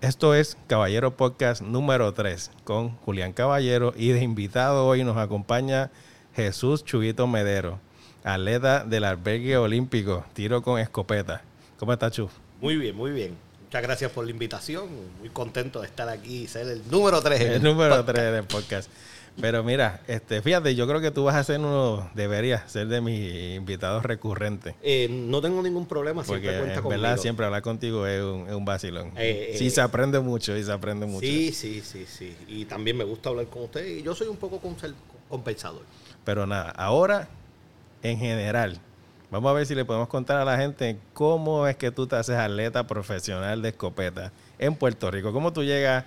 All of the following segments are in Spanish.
Esto es Caballero Podcast número 3 con Julián Caballero y de invitado hoy nos acompaña Jesús Chubito Medero, atleta del albergue olímpico, tiro con escopeta. ¿Cómo estás, Chu? Muy bien, muy bien. Muchas gracias por la invitación. Muy contento de estar aquí y ser el número 3. El número 3 del podcast. Pero mira, este, fíjate, yo creo que tú vas a ser uno, deberías ser de mis invitados recurrentes. Eh, no tengo ningún problema, Porque siempre cuenta en conmigo. verdad siempre hablar contigo es un, es un vacilón. Eh, eh, sí, se aprende mucho y se aprende mucho. Sí, sí, sí, sí. Y también me gusta hablar con ustedes. Y yo soy un poco consel- compensador. Pero nada, ahora en general, vamos a ver si le podemos contar a la gente cómo es que tú te haces atleta profesional de escopeta en Puerto Rico. ¿Cómo tú llegas,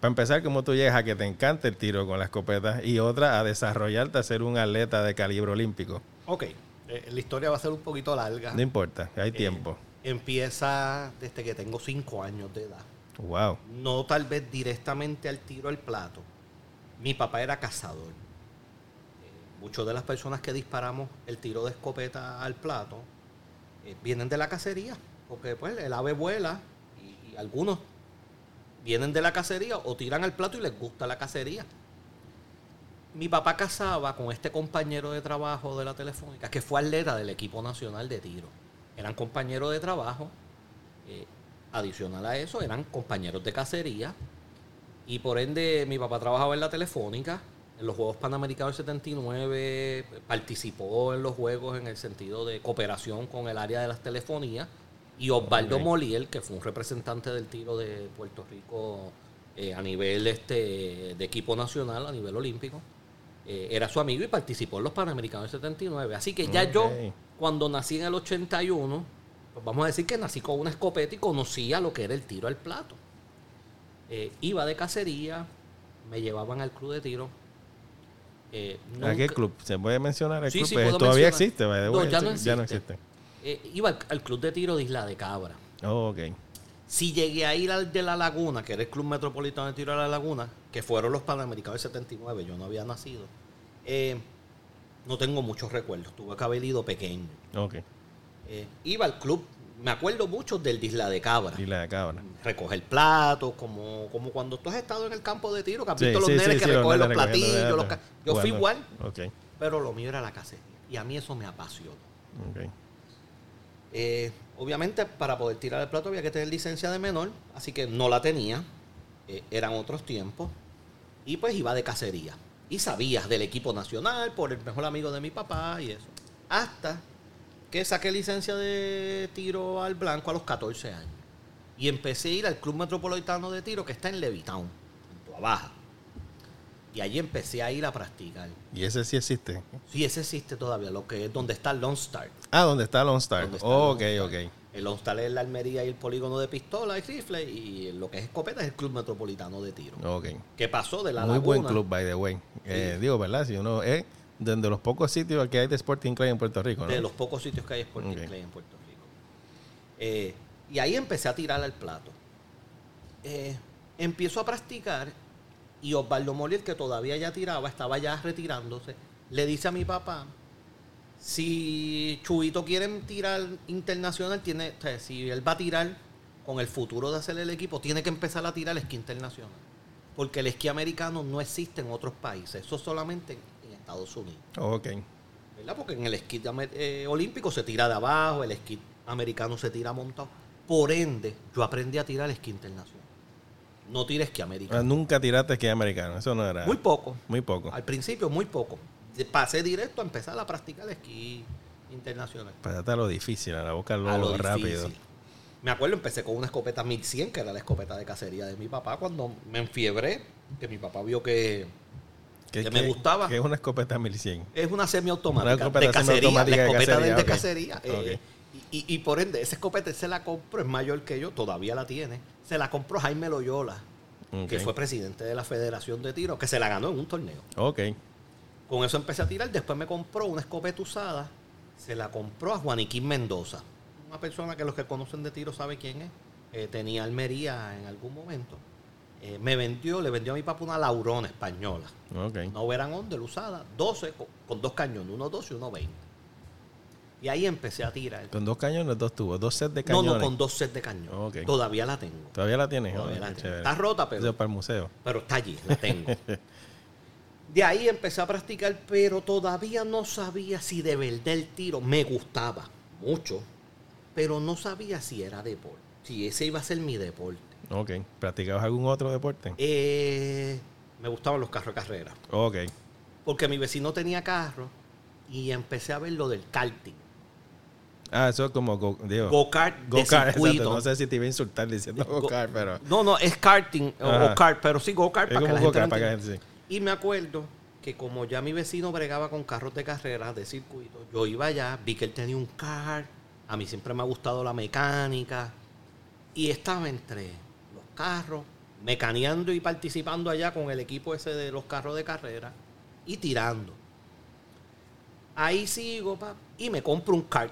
para empezar, cómo tú llegas a que te encante el tiro con la escopeta y otra a desarrollarte a ser un atleta de calibre olímpico? Ok, eh, la historia va a ser un poquito larga. No importa, hay Eh, tiempo. Empieza desde que tengo 5 años de edad. Wow. No tal vez directamente al tiro al plato. Mi papá era cazador. Eh, Muchas de las personas que disparamos el tiro de escopeta al plato eh, vienen de la cacería, porque pues el ave vuela y, y algunos vienen de la cacería o tiran al plato y les gusta la cacería. Mi papá cazaba con este compañero de trabajo de la telefónica, que fue atleta del equipo nacional de tiro. Eran compañeros de trabajo, eh, adicional a eso, eran compañeros de cacería. Y por ende, mi papá trabajaba en la Telefónica, en los Juegos Panamericanos del 79, participó en los Juegos en el sentido de cooperación con el área de las telefonías. Y Osvaldo Ok. Moliel, que fue un representante del tiro de Puerto Rico eh, a nivel este, de equipo nacional, a nivel olímpico, eh, era su amigo y participó en los Panamericanos del 79. Así que ya yo, Ok. cuando nací en el 81, pues vamos a decir que nací con una escopeta y conocía lo que era el tiro al plato. Eh, iba de cacería, me llevaban al club de tiro. Eh, ¿A qué nunca- club? ¿Se puede mencionar el Sí, club? sí, Eh, puedo Todavía mencionar. existe, by the No, way, ya no esto- existe. eh, iba al, al club de tiro de Isla de Cabra. Oh, ok. Si llegué a ir al de La Laguna, que era el Club Metropolitano de Tiro de La Laguna, que fueron los Panamericanos del 79, yo no había nacido, eh, no tengo muchos recuerdos. Tuve que haber ido pequeño. Ok. Eh, iba al club, me acuerdo mucho del de Isla de Cabra. Y la de cabra. recoger platos, como, como cuando tú has estado en el campo de tiro, que has Sí, visto los sí, nenes sí, que sí, recogen los nenes recogiendo platillos. datos, los ca- yo fui jugando. igual, Ok, pero lo mío era la cacería. Y a mí eso me apasionó. ok. Eh, obviamente, para poder tirar el plato había que tener licencia de menor, así que no la tenía. Eh, eran otros tiempos. Y pues iba de cacería. Y sabías del equipo nacional por el mejor amigo de mi papá y eso. Hasta que saqué licencia de tiro al blanco a los 14 años. Y empecé a ir al Club Metropolitano de Tiro que está en Levitown, en Toa Baja. Y allí empecé a ir a practicar. Y ese sí existe. Sí, ese existe todavía, lo que es donde está Lone Star. Ah, ¿dónde está Lone Star? ¿Dónde está Oh, ok, Lone Star? ok. El hostal es la almería y el polígono de pistola y rifle. Y lo que es escopeta es el Club Metropolitano de Tiro. Ok. Que pasó de la Muy laguna. buen club, by the way. Eh, digo, ¿verdad? Si uno es de de los pocos sitios que hay de Sporting Club en Puerto Rico, ¿no? De los pocos sitios que hay Sporting Ok. Clay en Puerto Rico. Eh, y ahí empecé a tirar al plato. Eh, empiezo a practicar y Osvaldo Molier, que todavía ya tiraba, estaba ya retirándose, le dice a mi papá, si Chubito quiere tirar internacional, tiene, o sea, si él va a tirar con el futuro de hacer el equipo, tiene que empezar a tirar esquí internacional. Porque el esquí americano no existe en otros países, eso solamente en Estados Unidos. Ok. ¿verdad? Porque en el esquí de amer- eh, olímpico se tira de abajo, el esquí americano se tira montado. Por ende, yo aprendí a tirar esquí internacional. No tira esquí Ah, americano. Nunca tiraste que americano. Eso no era. Muy poco. Muy poco. Al principio, muy poco. De- Pasé directo a empezar a practicar esquí internacional. Pasaste a lo difícil, a la boca a lo lo rápido. difícil. Me acuerdo, empecé con una escopeta 1100, que era la escopeta de cacería de mi papá, cuando me enfiebré, que mi papá vio que Que me gustaba. Que es una escopeta 1100. Es una Una semiautomática escopeta de cacería, la semiautomática de escopeta de, de cacería, cacería. ok. eh, y, y- y por ende, esa escopeta él se la compró, es mayor que yo, todavía la tiene. Se la compró Jaime Loyola, Ok. que fue presidente de la Federación de Tiro, que se la ganó en un torneo. Ok. Con eso empecé a tirar, después me compró una escopeta usada, se la compró a Juaniquín Mendoza, una persona que los que conocen de tiro saben quién es, eh, tenía Almería en algún momento. Eh, me vendió, le vendió a mi papá una Laurona española Ok. una Overan Ondel usada, 12 co- con, dos cañones, uno 12 y uno 20. Y ahí empecé a tirar. Con dos cañones, dos tubos, dos sets de No, cañones. no, con dos sets de cañón. Ok. Todavía la tengo. Todavía la tienes. Todavía Joder, la qué tengo. chévere. Está rota, Eso es pero, para el museo. pero está allí, la tengo. De ahí empecé a practicar, pero todavía no sabía si de verdad el tiro me gustaba mucho, pero no sabía si era deporte, si ese iba a ser mi deporte. Ok. ¿Practicabas algún otro deporte? Eh, me gustaban los carros de carrera, Ok. porque mi vecino tenía carro y empecé a ver lo del karting. Ah, eso es como. Go, digo, Go-kart de go-kart, exacto. circuito. No sé si te iba a insultar diciendo Go- go-kart, pero. No, no, es karting o- Ajá. o kart, pero sí go-kart Es para, que como la un gente lo go-kart para que la entienda. gente sí. Y me acuerdo que como ya mi vecino bregaba con carros de carrera, de circuito, yo iba allá, vi que él tenía un car, a mí siempre me ha gustado la mecánica, y estaba entre los carros, mecaneando y participando allá con el equipo ese de los carros de carrera, y tirando. Ahí sigo, pap, y me compro un car.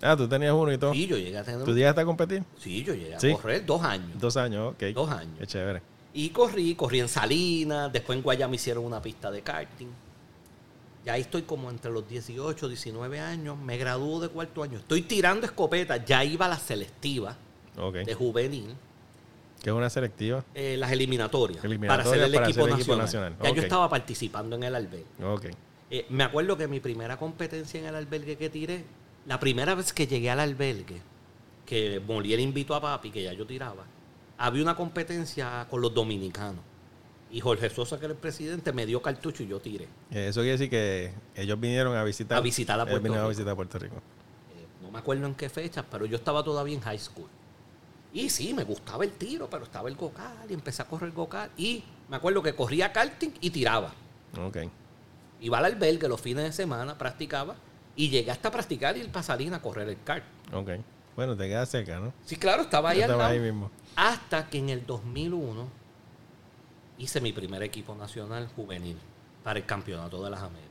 Ah, tú tenías uno y todo. Sí, yo llegué a tener ¿Tú un... llegaste a competir? Sí, yo llegué a Sí. correr dos años. Dos años, ok. Dos años. Qué chévere. Y corrí, corrí en Salinas, después en Guayama hicieron una pista de karting. Ya ahí estoy como entre los 18, 19 años, me graduó de cuarto año. Estoy tirando escopeta, ya iba a la selectiva Ok. de juvenil, Que es una selectiva. eh, las eliminatorias, Eliminatorias para ser el para equipo ser el equipo nacional. nacional, Ya ok. yo estaba participando en el albergue. Ok. Eh, me acuerdo que mi primera competencia en el albergue que tiré, la primera vez que llegué al albergue, que Molière invitó a papi, que ya yo tiraba, había una competencia con los dominicanos. Y Jorge Sosa, que era el presidente, me dio cartucho y yo tiré. Eh, Eso quiere decir que ellos vinieron a visitar. A visitar a ellos Puerto vinieron a Rico. visitar a Puerto Rico. Eh, no me acuerdo en qué fecha, pero yo estaba todavía en high school. Y sí, me gustaba el tiro, pero estaba el go y empecé a correr go Y me acuerdo que corría karting y tiraba. Ok. Iba al albergue los fines de semana, practicaba, y llegué hasta practicar ir para Salinas a correr el kart. Ok. Bueno, te quedas cerca, ¿no? Sí, claro, estaba ahí Yo al estaba lado. ahí mismo. Hasta que en el 2001 hice mi primer equipo nacional juvenil para el Campeonato de las Américas.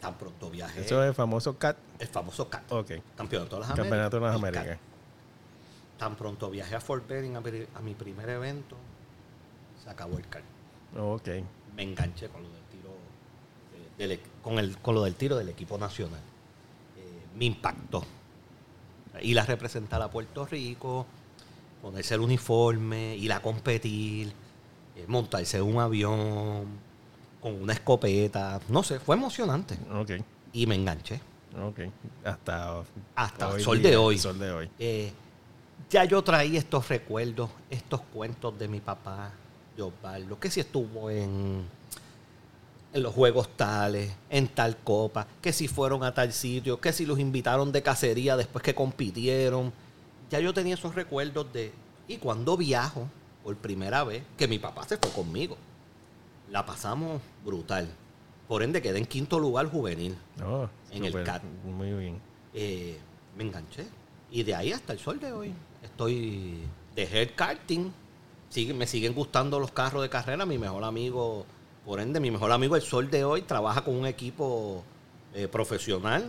Tan pronto viajé. Eso es el famoso CAT. El famoso CAT, Ok. Campeonato de las Campeonato de las Américas. el Américas. CAT. Tan pronto viajé a Fort Benning a, pri- a mi primer evento, se acabó el CAT. Ok. Me enganché con lo del tiro, eh, del e- con, el, con lo del tiro del equipo nacional. Eh, me impactó. ir a representar a Puerto Rico, ponerse el uniforme, ir a competir, eh, montarse en un avión, con una escopeta. No sé, fue emocionante. Ok. Y me enganché. Ok. Hasta. Hasta el hoy sol día, de hoy. El sol de hoy. Eh, ya yo traía estos recuerdos, estos cuentos de mi papá, de Osvaldo, que si estuvo en, en los juegos tales, en tal copa, que si fueron a tal sitio, que si los invitaron de cacería después que compitieron. Ya yo tenía esos recuerdos de. Y cuando viajo, por primera vez, que mi papá se fue conmigo, la pasamos brutal. Por ende, quedé en quinto lugar juvenil. Oh, En el súper. CAT. Muy bien. Eh, me enganché. Y de ahí hasta el sol de hoy. Estoy. Dejé el karting. Sigue- me siguen gustando los carros de carrera. Mi mejor amigo, por ende, mi mejor amigo, el sol de hoy, trabaja con un equipo eh, profesional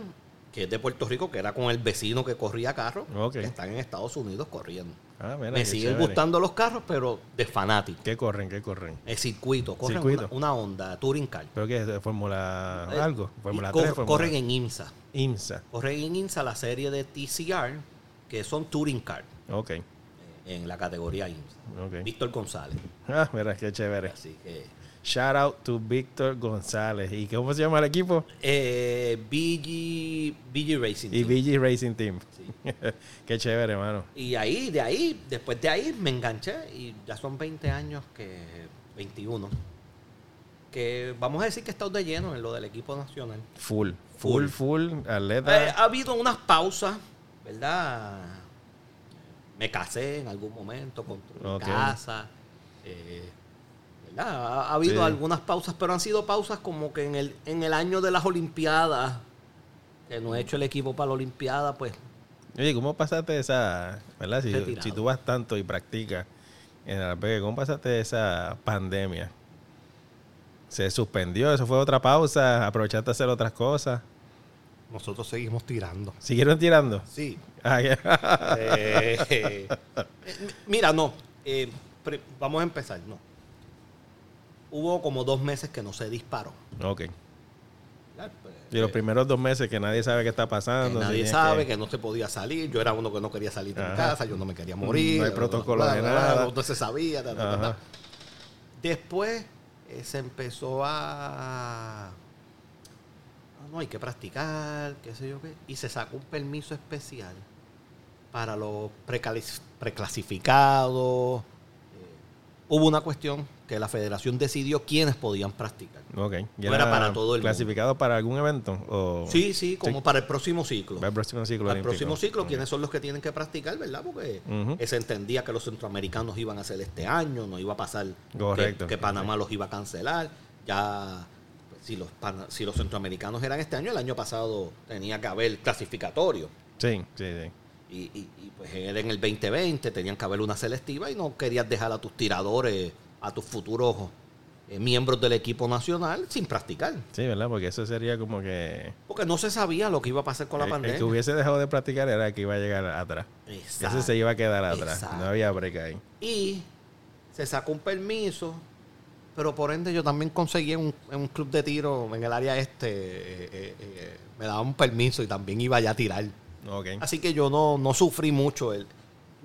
que es de Puerto Rico, que era con el vecino que corría carros, Ok. que están en Estados Unidos corriendo. Ah, mira, me qué siguen chévere. gustando los carros, pero de fanático. ¿Qué corren? ¿Qué corren? El circuito, corren Circuito. Una, onda, Touring Car. ¿Pero qué es? ¿De ¿Fórmula Eh, algo? ¿Fórmula Y cor- 3? Fórmula corren en IMSA. IMSA. Corren en INSA la serie de TCR, que son Touring Car, Ok. eh, en la categoría INSA. Ok. Víctor González. Ah, mira, qué chévere. Así que. Shout out to Víctor González. ¿Y cómo se llama el equipo? Eh, BG, BG Racing. Y Team. BG Racing Team. Sí. Qué chévere, hermano. Y ahí, de ahí, después de ahí me enganché y ya son 20 años que. 21. Que vamos a decir que he estado de lleno en lo del equipo nacional. Full. Full, full. Eh, Atleta. ha habido unas pausas, ¿verdad? Me casé en algún momento, construí Ok. casa, eh, ¿verdad? Ha, ha habido Sí. algunas pausas, pero han sido pausas como que en el, en el año de las Olimpiadas, que no he hecho el equipo para la Olimpiada, pues Oye, ¿cómo pasaste esa, verdad? Si, Retirado. si tú vas tanto y practicas en el albergue, ¿cómo pasaste esa pandemia? Se suspendió, eso fue otra pausa, aprovechaste a hacer otras cosas. nosotros seguimos tirando. ¿Siguieron tirando? Sí. Ah, qué- Eh, eh, mira, no. eh, pri- vamos a empezar, no. Hubo como dos meses que no se disparó. ok, ¿verdad? Pues, Y los primeros dos meses que nadie sabe qué está que pasando. si nadie tienes sabe que... no se podía salir. Yo era uno que no quería salir de mi Ajá. casa, yo no me quería morir. No hay protocolo de nada. No se sabía. ta, ta, ta, ta. Ajá. Después eh, se empezó a... "Ah, No, hay que practicar, qué sé yo qué. Y se sacó un permiso especial para los precali- preclasificados. Eh, Hubo una cuestión que la federación decidió quiénes podían practicar. Ok. ¿Y No era para todo el mundo. ¿Clasificado para algún evento? O Sí, sí, como para el próximo ciclo. Para el próximo ciclo Al olímpico. próximo ciclo, Ok. ¿quiénes son los que tienen que practicar, verdad? Porque Ujú. eh, se entendía que los centroamericanos iban a hacer este año, no iba a pasar que- Correcto. Que, Panamá los iba a cancelar. Ya, pues, si los, pana- si los centroamericanos eran este año, el año pasado tenía que haber clasificatorio. Sí, sí, sí. Y, y- y, pues era en el 2020, tenían que haber una selectiva y no querías dejar a tus tiradores, a tus futuros eh, miembros del equipo nacional sin practicar. Sí, ¿verdad? Porque eso sería como que. Porque no se sabía lo que iba a pasar con la el- el, pandemia. que hubiese dejado de practicar era el que iba a llegar atrás. Ese Exacto. eh, se iba a quedar atrás. Exacto. No había break ahí. y se sacó un permiso, pero por ende yo también conseguí en un, en un club de tiro en el área este, eh, eh, eh, me daban un permiso y también iba ya a tirar. Ok. Así que yo no, no sufrí mucho. El,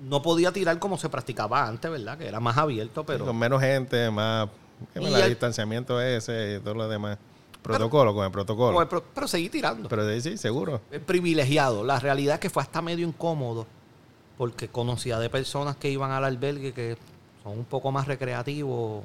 no podía tirar como se practicaba antes, ¿verdad? Que era más abierto, pero... con menos gente, más. Y el al- distanciamiento ese y todo lo demás. Protocolo, con el protocolo. pero, pero- pero seguí tirando. Pero sí, sí, seguro. Eh, privilegiado. La realidad es que fue hasta medio incómodo porque conocía de personas que iban al albergue que son un poco más recreativos o,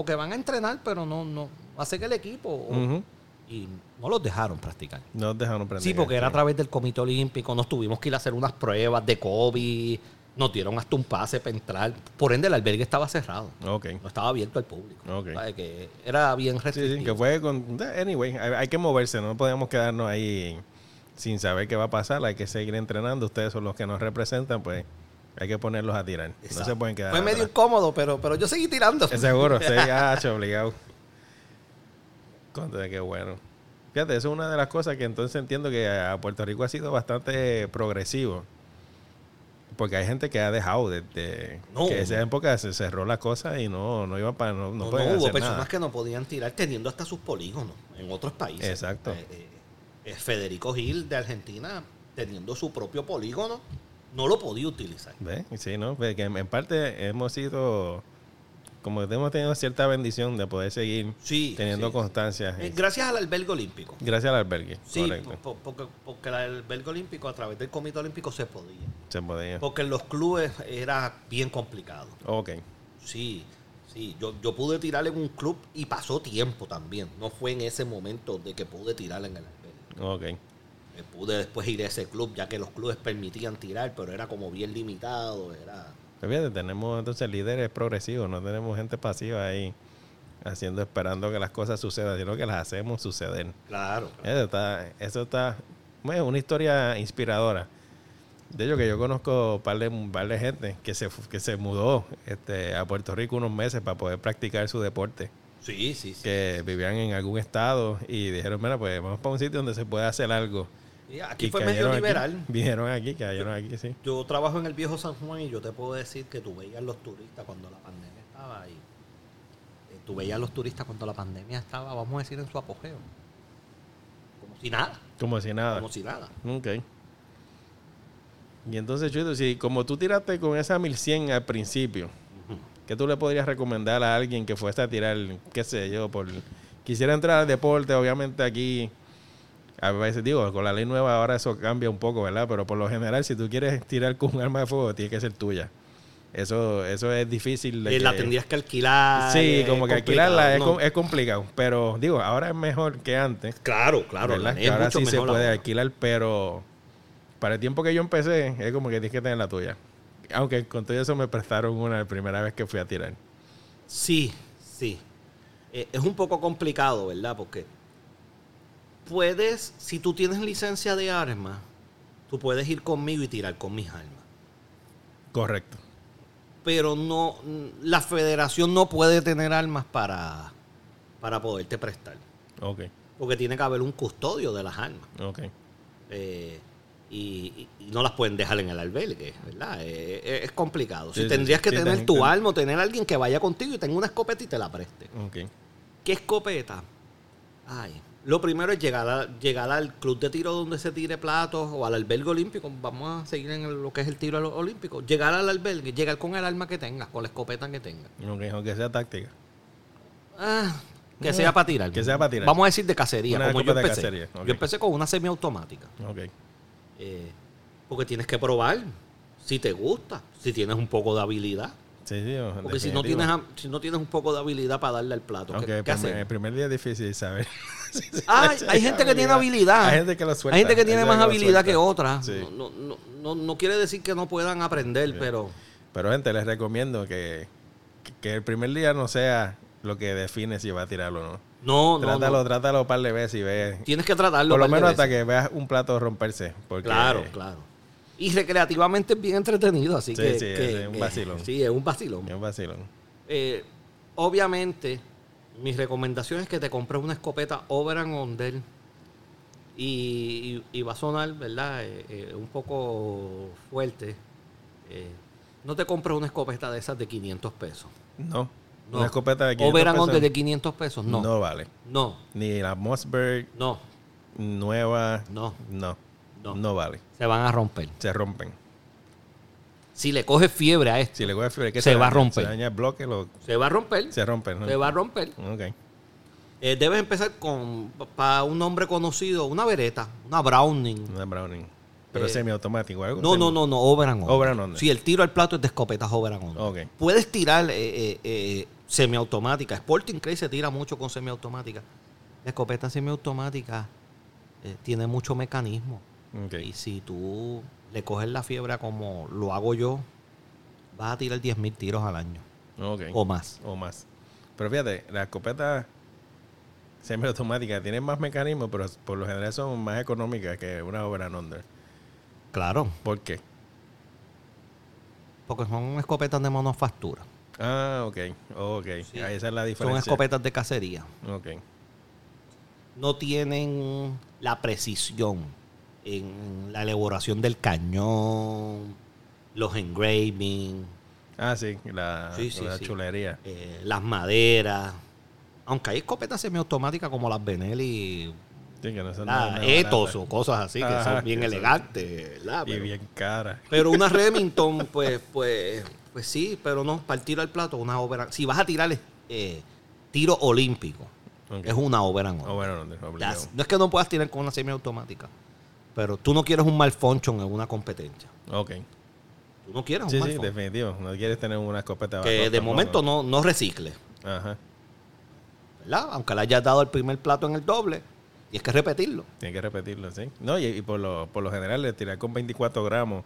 o que van a entrenar pero no no hace que el equipo o- Ujú. y no los dejaron practicar. No dejaron prender. Sí, porque era a través del Comité Olímpico, nos tuvimos que ir a hacer unas pruebas de COVID, nos dieron hasta un pase para entrar, por ende el albergue estaba cerrado, Ok. no estaba abierto al público. Ok. ¿Sabe? Que era bien Sí, restrictivo. sí, que fue con. Anyway, hay, hay que moverse, no podemos quedarnos ahí sin saber qué va a pasar. Hay que seguir entrenando. Ustedes son los que nos representan, pues hay que ponerlos a tirar. No se Exacto. pueden quedar. Fue medio atrás. incómodo, pero, pero yo seguí tirando. Eh, Seguro, sí, hacho, obligado. Contra, qué bueno. Fíjate, eso es una de las cosas que entonces entiendo que a Puerto Rico ha sido bastante progresivo. Porque hay gente que ha dejado de, de- No. que esa época se cerró la cosa y no, no iba para no, no, No, no, pueden hubo hacer personas nada. que no podían tirar teniendo hasta sus polígonos en otros países. Exacto. Eh, eh, eh, Federico Gil de Argentina, teniendo su propio polígono, no lo podía utilizar. ¿Ve? Sí, ¿no? Ve que en en parte hemos sido, como que hemos tenido cierta bendición de poder seguir Sí. teniendo sí. constancia. Eh, gracias al albergue olímpico. Gracias al albergue. Sí, Correcto. po- po- porque, porque el albergue olímpico a través del comité olímpico se podía. Se podía. Porque en los clubes era bien complicado. Ok. Sí, sí. Yo, yo pude tirar en un club y pasó tiempo también. No fue en ese momento de que pude tirar en el albergue. Ok. Me pude después ir a ese club, ya que los clubes permitían tirar, pero era como bien limitado. Era... Pues fíjate, tenemos entonces líderes progresivos, no tenemos gente pasiva ahí haciendo, esperando que las cosas sucedan, sino que las hacemos suceder. Claro. Eso está, eso está, bueno, una historia inspiradora. De hecho, que yo conozco un par de, un par de gente que se, fu- que se mudó este, a Puerto Rico unos meses para poder practicar su deporte, Sí, sí, sí. que vivían en algún estado y dijeron, mira, pues vamos para un sitio donde se pueda hacer algo. Y aquí Y fue medio cayeron liberal. Aquí, vinieron aquí, cayeron aquí, sí. Yo trabajo en el viejo San Juan y yo te puedo decir que tú veías los turistas cuando la pandemia estaba ahí. Eh, Tú veías los turistas cuando la pandemia estaba, vamos a decir, en su apogeo. Como si nada. Como si nada. Como si nada. Ok. Y entonces, Chuito, si como tú tiraste con esa 1100 al principio, ¿qué tú le podrías recomendar a alguien que fuese a tirar, qué sé yo, por quisiera entrar al deporte, obviamente aquí a veces digo, con la ley nueva ahora eso cambia un poco, ¿verdad? Pero por lo general, si tú quieres tirar con un arma de fuego, tiene que ser tuya. Eso eso es difícil de Eh, la que- tendrías que alquilar. Sí, eh, como que complicado, alquilarla es, ¿no? com- es complicado, pero digo, ahora es mejor que antes. Claro, claro. ¿verdad? la- Que es ahora mucho sí se mejor la puede otra. alquilar, pero para el tiempo que yo empecé, es como que tienes que tener la tuya. Aunque con todo eso me prestaron una la primera vez que fui a tirar. Sí, sí. Eh, es un poco complicado, ¿verdad? Porque puedes, si tú tienes licencia de arma, tú puedes ir conmigo y tirar con mis armas. Correcto. Pero no, la federación no puede tener armas para, para poderte prestar. Ok, Porque tiene que haber un custodio de las armas. ok. Eh, y, y- y no las pueden dejar en el albergue, ¿verdad? Eh, eh, es complicado. Sí, Si sí, tendrías sí, que sí, tener ten- tu ten- arma o tener alguien que vaya contigo y tenga una escopeta y te la preste. Ok. ¿Qué escopeta? Ay, Lo primero es llegar, a- llegar al club de tiro donde se tire platos o al albergue olímpico. Vamos a seguir en el- lo que es el tiro al- olímpico. Llegar al albergue, llegar con el arma que tengas, con la escopeta que tengas. Aunque aunque sea táctica. Ah, que sea para tirar. Mm. Que sea para tirar. Vamos a decir de cacería, Una como yo escopeta de empecé. cacería, ok. Yo empecé con una semiautomática. Ok. Eh, porque tienes que probar si te gusta, si tienes un poco de habilidad. Sí, sí. o- Porque si no, definitivo. tienes, am- si no tienes un poco de habilidad para darle al plato, ¿qué- Aunque ¿qué, el, primer, el haces? primer día es difícil saber. si se Ah, le echa hay gente que tiene habilidad. Hay gente que lo suelta. Hay gente que tiene más habilidad que otra. otra. Sí. No, no- no- no quiere decir que no puedan aprender, pero Pero gente, les recomiendo que, que el primer día no sea lo que define si va a tirarlo o no. no, no, trátalo, no. trátalo un par de veces y ve. Tienes que tratarlo. Por lo un par de menos hasta veces. que veas un plato romperse. Porque, Claro, claro. Y recreativamente es bien entretenido, así Sí, que... sí, que- es un que- vacilón. sí, es un vacilón. Es un vacilón. Eh, obviamente, mi recomendación es que te compres una escopeta over and under. Y, y- y va a sonar, ¿verdad? Eh, eh, un poco fuerte. Eh, no te compres una escopeta de esas de 500 pesos. No. No. Una escopeta de 500 Over and pesos under de 500 pesos, no. No, no vale. no, Ni la Mossberg no. nueva. No. No. No, vale. Se van a romper. Se rompen. Si le coges fiebre a esto, Si le coge fiebre, que Se va a daña? romper. Se daña el bloque, lo, se va a romper. se rompen. ¿no? Se va a romper. Ok. Eh, debes empezar con, para un nombre conocido, una vereta, una Browning. Una Browning. Pero Eh, semiautomático. algo No, semi- no, no, no, over and under. Over and under. Sí, el tiro al plato es de escopetas over and under. Ok. Puedes tirar eh, eh, eh, semiautomática. Sporting Cray se tira mucho con semiautomática. La escopeta semiautomática eh, tiene mucho mecanismo. Ok. Y si tú le coges la fiebre a como lo hago yo, vas a tirar 10.000 tiros al año Ok. o más. o más. Pero fíjate, las escopetas semiautomáticas tienen más mecanismos, pero por lo general son más económicas que una over and under. Claro, ¿Por qué? porque son escopetas de manufactura. Ah, ok, ok. Sí. Ah, Esa es la Son diferencia. escopetas de cacería. Ok, no tienen la precisión en la elaboración del cañón, los engraving, Ah, sí, la, Sí, sí, la sí. chulería. eh, las maderas. Aunque hay escopetas semiautomáticas como las Benelli, Sí, que no son la nada- nada Etos o baratas. cosas así, que Ajá, son bien que son- elegantes, ¿verdad? Y Pero, bien cara. pero una Remington, pues, pues, pues sí, pero no, para el tiro al plato, una obra. Si vas a tirar eh, tiro olímpico, Ok. es una obra en Over and under, Ya, obligado. no es que no puedas tirar con una semiautomática, pero tú no quieres un malfunction en una competencia. Ok. Tú no quieres un Sí, sí, malfunction. definitivo. No quieres tener una escopeta que de momento no, no recicle, Ajá. ¿verdad? Aunque le hayas dado el primer plato en el doble, y es que repetirlo. Tienes que repetirlo, sí. No, y, y por, lo, por lo general, le tirar con 24 gramos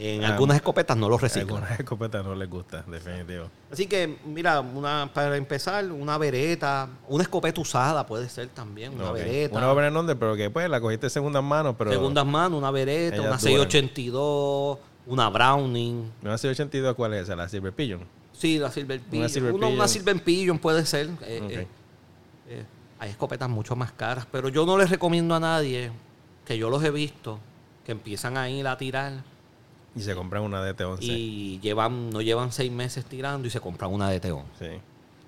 En Ah, algunas escopetas no lo reciclan. Algunas escopetas no les gusta, definitivo. Así que, mira, una, para empezar, una vereta, una escopeta usada puede ser también, una Ok. vereta. Una obra en onda, pero que pues la cogiste de segunda mano, pero. segundas manos, una vereta, Ellas una duran. 682, una Browning. No hace 82, ¿cuál es esa? La Silver Pigeon. Sí, la Silver Pigeon. Una Silver Silver, una, Pigeon. Silver Pigeon puede ser. eh, Ok. eh, eh, hay escopetas mucho más caras, pero yo no les recomiendo a nadie, que yo los he visto, que empiezan a ir a tirar Y se compran una DT11. y llevan no llevan seis meses tirando y se compran una DT11. Sí.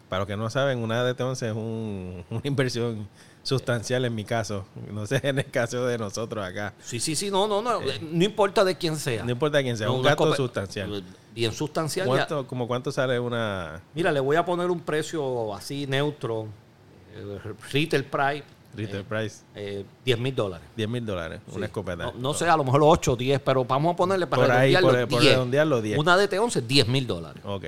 Para los que no saben, una DT11 es un- una inversión sustancial en mi caso. No sé, en el caso de nosotros acá. Sí, sí, sí, no, no, no, eh, no importa de quién sea. No importa quién sea, No, un una gasto escope- sustancial. Bien sustancial. ya- ¿Cuánto, como cuánto sale una Mira, le voy a poner un precio así neutro, eh, retail price, retail price? eh, 10 mil dólares. 10 mil dólares, Sí. una escopeta. No, no sé, a lo mejor los 8 o 10, pero vamos a ponerle para Por ahí, redondearlo por, por 10. redondearlo 10. Una DT11, 10 mil dólares. Ok.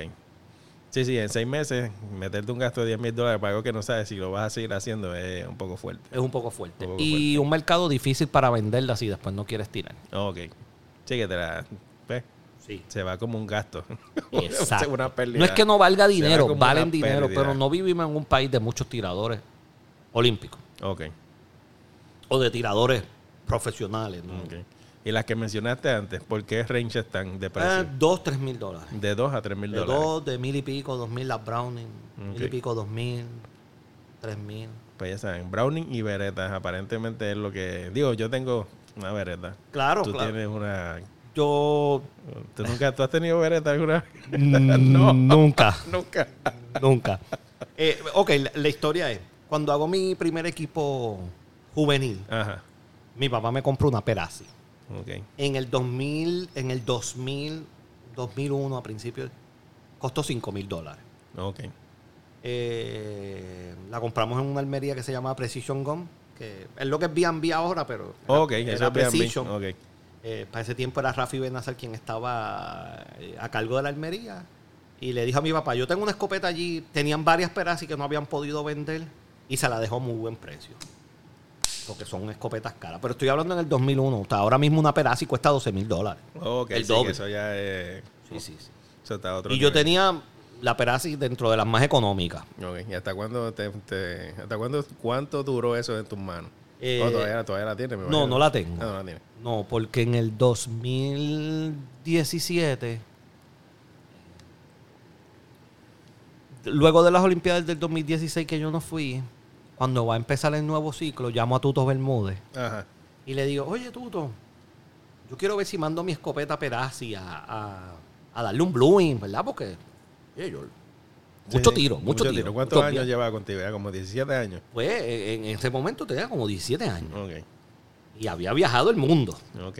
Sí, sí, en seis meses, meterte un gasto de 10 mil dólares para algo que no sabes si lo vas a seguir haciendo es un poco fuerte. Es un poco fuerte. Un poco y un mercado difícil para venderla si después no quieres tirar. Ok. Sí, que te la. pues, Sí. se va como un gasto. Exacto. Una pérdida. No es que no valga Será dinero, como valen una dinero, pérdida. pero no vivimos en un país de muchos tiradores olímpicos Ok. o de tiradores profesionales. ¿no? Ah, ok. Y las que mencionaste antes, ¿por qué range están de precio? Eh, dos, tres mil dólares. de 2 a 3 mil De dólares. dos, de mil y pico, dos mil las Browning, mil y Ok. pico, dos mil, tres mil. Pues ya saben, Browning y Beretta, aparentemente es lo que. Digo, yo tengo una Beretta. Claro, tú claro. tienes una. Yo ¿Tú, nunca, ¿Tú has tenido Beretta alguna vez? nunca. Nunca. Nunca. Eh, ok, la, la historia es, cuando hago mi primer equipo juvenil, Ajá. mi papá me compró una Perasi. Ok. En el 2000, en el 2000, 2001 a principios, costó 5 mil dólares. Ok. Eh, la compramos en una almería que se llama Precision Gum, que es lo que es B&B ahora, pero era- Ok, era eso es B&B. Precision. Ok. Eh, para ese tiempo era Rafi Benazar quien estaba eh, a cargo de la almería. Y le dijo a mi papá, yo tengo una escopeta allí, tenían varias peras y que no habían podido vender y se la dejó a muy buen precio. Porque son escopetas caras. Pero estoy hablando en el 2001. O sea, ahora mismo una Perasi cuesta 12 mil dólares. Ok, El sí, doble. que eso ya es. Sí, sí, sí. Eso está a otro Y yo nivel. tenía la Perasi dentro de las más económicas. Ok, ¿Y hasta cuándo te, te- hasta cuándo cuánto duró eso en tus manos? Eh, Oh, todavía, todavía la tienes, me No, imagino. no la tengo. Ah, no la tienes. No, porque en el 2017, luego de las Olimpiadas del 2016 que yo no fui, cuando va a empezar el nuevo ciclo, llamo a Tuto Bermúdez Ajá. y le digo, oye Tuto, yo quiero ver si mando mi escopeta Perasi a, a- a darle un bluing, ¿verdad? Porque oye, yo- mucho Sí, sí. tiro, mucho, tiro. ¿Cuántos mucho años tiro. llevaba contigo? Era como 17 años. Pues en en ese momento tenía como 17 años Ok, y había viajado el mundo. ok.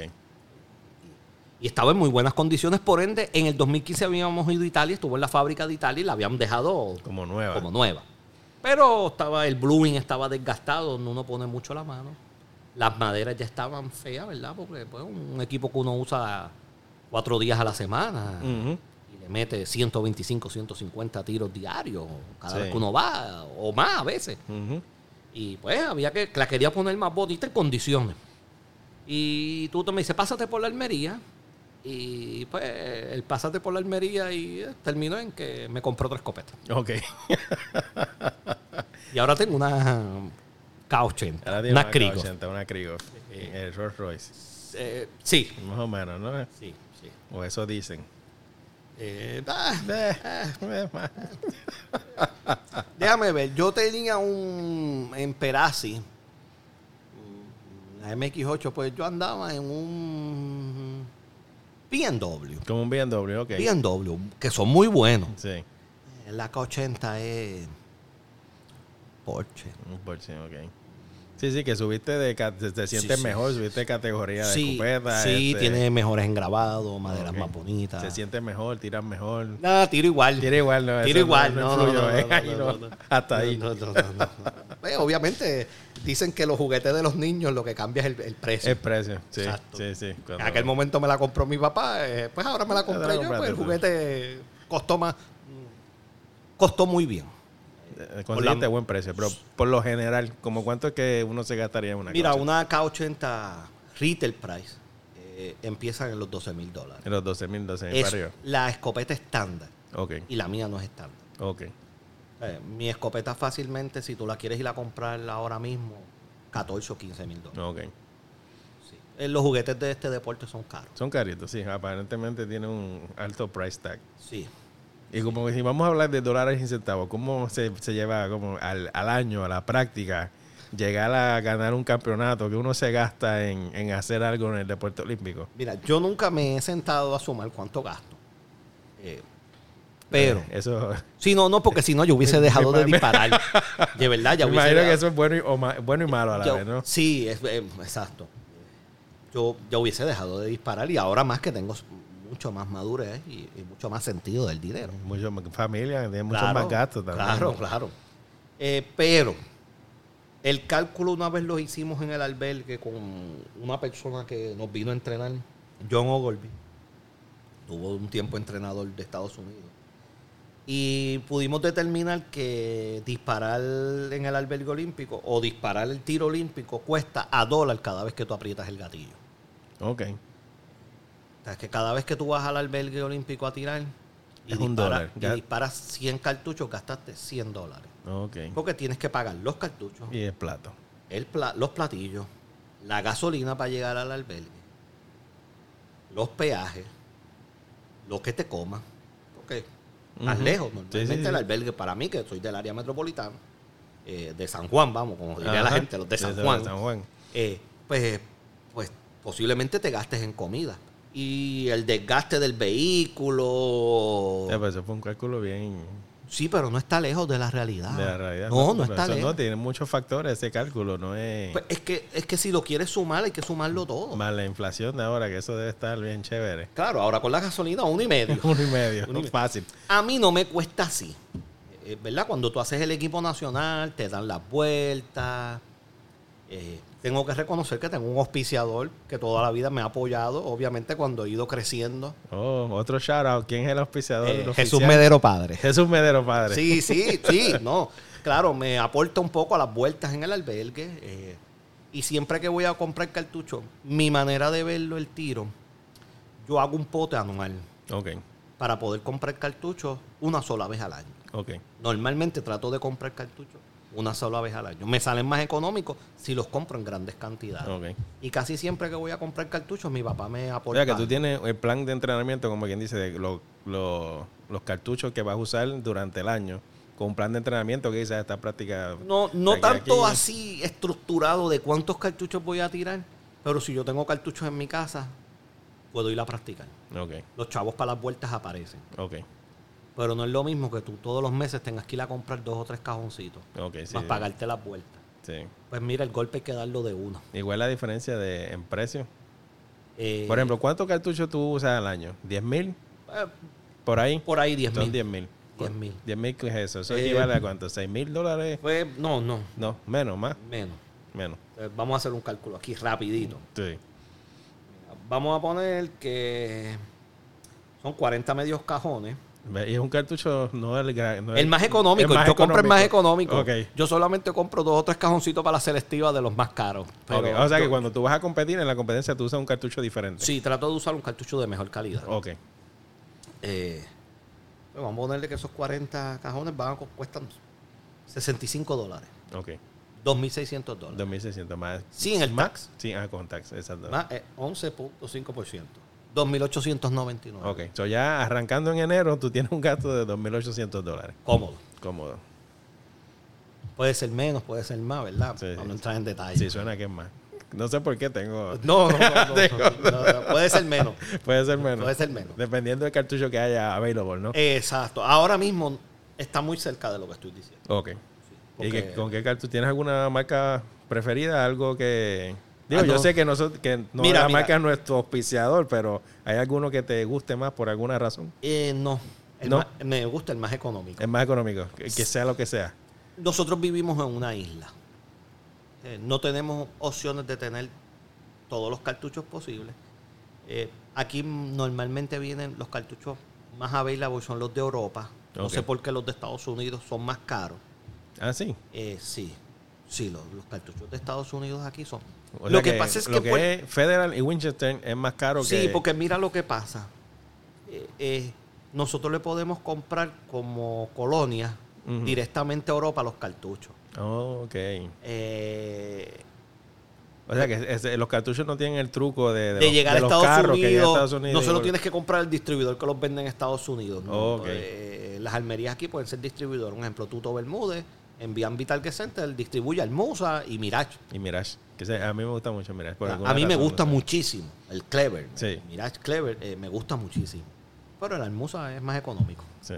y estaba en muy buenas condiciones. Por ende, en el 2015 habíamos ido a Italia, estuvo en la fábrica de Italia y la habían dejado Como nueva. como nueva. Pero estaba el bluing estaba desgastado, no uno pone mucho la mano. Las maderas ya estaban feas, ¿verdad? Porque pues, un equipo que uno usa cuatro días a la semana Ujú. y le mete 125, 150 tiros diarios cada Sí. vez que uno va, o más a veces. Ujú. Y pues había que, la quería poner más bonita en condiciones. Y tú te- me dices, pásate por la almería. Y pues el pásate por la almería y eh, terminó en que me compró otra escopeta. Ok. Y ahora tengo una K80, Ahora tiene una Krigo. 80, una Krigo. El Rolls Royce. Eh, sí, Más o menos, ¿no? sí, sí. O eso dicen. Eh, ah, Eh, eh, ma- déjame ver, yo tenía un en Perasi, la MX8, pues yo andaba en un BMW. Como un BMW, ok. BMW, que son muy buenos. Sí. Eh, La K80 es Porsche. Un Porsche, ok. Sí, sí, que subiste de... ca- Te, te sientes sí. mejor, subiste de categoría de Sí, escopeta. sí este, tiene mejores engravados, maderas Ok. más bonitas. Se siente mejor, tiras mejor. Nada, tiro igual. Tira igual, ¿no? Tiro Eso igual, no, no, influye, no, ¿eh? no, Ahí no, no- no, no. Hasta ahí. No, no, no, no, no. Pues, obviamente dicen que los juguetes de los niños lo que cambia es el, el precio. Es precio, sí, Exacto. sí, sí. en Cuando- aquel momento me la compró mi papá, eh, pues ahora me la compré la yo, pues compraste el tú. juguete costó más, costó muy bien. eh, conseguiste Hola. buen precio, pero por lo general, ¿como cuánto es que uno se gastaría en una Mira, cosa? una K80 retail price eh, empiezan en los 12 mil dólares. En los 12 mil, 12 mil Es para arriba. la escopeta estándar Ok, y la mía no es estándar. ok. Eh, mi escopeta fácilmente, si tú la quieres ir a comprar ahora mismo, 14 o 15 mil dólares. Ok. Sí. Eh, los juguetes de este deporte son caros. Son caritos, sí. Aparentemente tiene un alto price tag. Sí. Y como que si vamos a hablar de dólares y centavos, ¿cómo se, se lleva como al, al año, a la práctica, llegar a ganar un campeonato que uno se gasta en, en hacer algo en el deporte olímpico? Mira, yo nunca me he sentado a sumar cuánto gasto. Eh, pero, Eh, eso... si no, no, porque si no yo hubiese dejado de me- disparar. De verdad, ya me imagino hubiese que dejado- eso es bueno y, o ma- bueno y malo a la Yo- vez, ¿no? Sí, es- eh, exacto. Yo, yo hubiese dejado de disparar y ahora más que tengo mucho más madurez y, y mucho más sentido del dinero. Mucho más- familia, tiene muchos Claro, más gastos también. Claro, claro. Eh, pero el cálculo una vez lo hicimos en el albergue con una persona que nos vino a entrenar, John Ogilvie. Tuvo un tiempo entrenador de Estados Unidos. Y pudimos determinar que disparar en el albergue olímpico o disparar el tiro olímpico cuesta a dólar cada vez que tú aprietas el gatillo. Ok. O sea, que cada vez que tú vas al albergue olímpico a tirar y, Es un disparas- dólar. y Ya. disparas 100 cartuchos, gastaste 100 dólares. Ok. Porque tienes que pagar los cartuchos, Y el plato. el pla- los platillos, la gasolina para llegar al albergue, los peajes, lo que te comas. Porque más Ujú. lejos, Sí, normalmente sí, sí. el albergue para mí, que soy del área metropolitana, eh, de San Juan, vamos, como diría la Ajá. gente, los de San Eso, Juan San Juan. eh, pues, pues posiblemente te gastes en comida. Y el desgaste del vehículo. Oh. pues, Ya, pero eso fue un cálculo bien. Sí, pero no está lejos de la realidad. de la realidad. Ah. No, no, pero está eso lejos. No, tiene muchos factores ese cálculo, no es Pues es, que, es que si lo quieres sumar, hay que Mm. sumarlo todo. más la inflación de ahora, que eso debe estar bien chévere. Claro, ahora con la gasolina, uno y medio. Uno y medio, Uno y medio. fácil. A mí no me cuesta así. Eh, ¿Verdad? Cuando tú haces el equipo nacional, te dan las vueltas. Eh, tengo que reconocer que tengo un auspiciador que toda la vida me ha apoyado, obviamente cuando he ido creciendo. Oh, otro shout out. ¿Quién es el auspiciador? Eh, oficial? Jesús Medero Padre. Jesús Medero, padre. Sí, sí, sí, no. Claro, me aporta un poco a las vueltas en el albergue. eh, y siempre que voy a comprar cartucho, mi manera de verlo, el tiro, yo hago un pote anual Ok, para poder comprar cartucho una sola vez al año. ok. Normalmente trato de comprar cartuchos una sola vez al año. Me salen más económicos si los compro en grandes cantidades. Ok. Y casi siempre que voy a comprar cartuchos, mi papá me O aporta. sea, que tú tienes el plan de entrenamiento, como quien dice, de lo- lo- los cartuchos que vas a usar durante el año, con un plan de entrenamiento que dice esta práctica. No, no aquí, tanto aquí. así estructurado de cuántos cartuchos voy a tirar, pero si yo tengo cartuchos en mi casa, puedo ir a practicar. Ok, Los chavos para las vueltas aparecen. ok, Pero no es lo mismo que tú todos los meses tengas que ir a comprar dos o tres cajoncitos ok. Sí, más pagarte las vueltas. sí. Pues mira, el golpe hay que darlo de uno. Igual la diferencia de, en precio. Eh, Por em- ejemplo, ¿cuántos cartuchos tú usas al año? ¿10 mil? eh, ¿Por ahí? por ahí 10 Son mil. 10 mil. 10,000. 10 mil, ¿qué es eso? ¿Eso Eh, equivale a cuánto? ¿6 mil dólares? Pues no, no, No, menos, más, menos. menos. Eh, Vamos a hacer un cálculo aquí rapidito. Sí. Vamos a poner que son 40 medios cajones. Ve, Y es un cartucho, no el gran. no El más económico, yo compro el más económico. Ok. Yo solamente compro dos o tres cajoncitos para la selectiva de los más caros. Pero Ok, O sea que yo- cuando tú vas a competir en la competencia, tú usas un cartucho diferente. Sí, trato de usar un cartucho de mejor calidad. Ok. Eh, pues vamos a ponerle que esos 40 cajones van a cu- cuestan 65 dólares, Ok. 2.600 dólares. 2600 más. Sin el Max. Sí, ah, con tax, exacto. Más eh, 11.5%, 2.899. Ok. So ya arrancando en enero, tú tienes un gasto de 2800 dólares. Cómodo. Cómodo. Puede ser menos, puede ser más, ¿verdad? Sí, Para sí. no entrar en detalle. Sí, suena que es más. No sé por qué tengo. No, no, no, no, no, no, no, puede ser menos. Puede ser menos. Puede ser Eh. menos. Dependiendo del cartucho que haya available, ¿no? Exacto. Ahora mismo está muy cerca de lo que estoy diciendo. Ok. ¿Y Porque- que- con qué cartucho? ¿Tienes alguna marca preferida? Algo que. Digo, Ah, yo no. sé que, nosotros, que no Mira, la mira. marca es nuestro auspiciador, pero ¿hay alguno que te guste más por alguna razón? Eh, no. El No. Em- más- me gusta el más económico. Es más económico, que, que sea lo que sea. Nosotros vivimos en una isla. Eh, no tenemos opciones de tener todos los cartuchos posibles. Eh, aquí normalmente vienen los cartuchos más available, son los de Europa. No Ok. sé por qué los de Estados Unidos son más caros. Ah, sí. Eh, sí, sí, los, los cartuchos de Estados Unidos aquí son. O lo sea que, pasa es lo que, Puer- es Federal y Winchester es más caro que. Sí, porque mira lo que pasa. Eh, eh, nosotros le podemos comprar como colonia Ujú. directamente a Europa los cartuchos. Oh, ok. Eh, O sea que es- es- los cartuchos no tienen el truco de, de, de los- llegar de a, los Estados carros que Unidos, llegan a Estados Unidos. no y solo vuelven. tienes que comprar el distribuidor que los vende en Estados Unidos. ¿no? Ok. Eh, las almerías aquí pueden ser distribuidores. Un ejemplo, Tuto Bermúdez envía a Vital que Center, distribuye al Musa y Mirage. Y Mirage. Que se- a mí me gusta mucho Mirage. por O sea, alguna a mí me razón, no gusta sé. muchísimo el Clever. Sí. Mirage Clever eh, me gusta muchísimo. Pero el Almusa es más económico. Sí.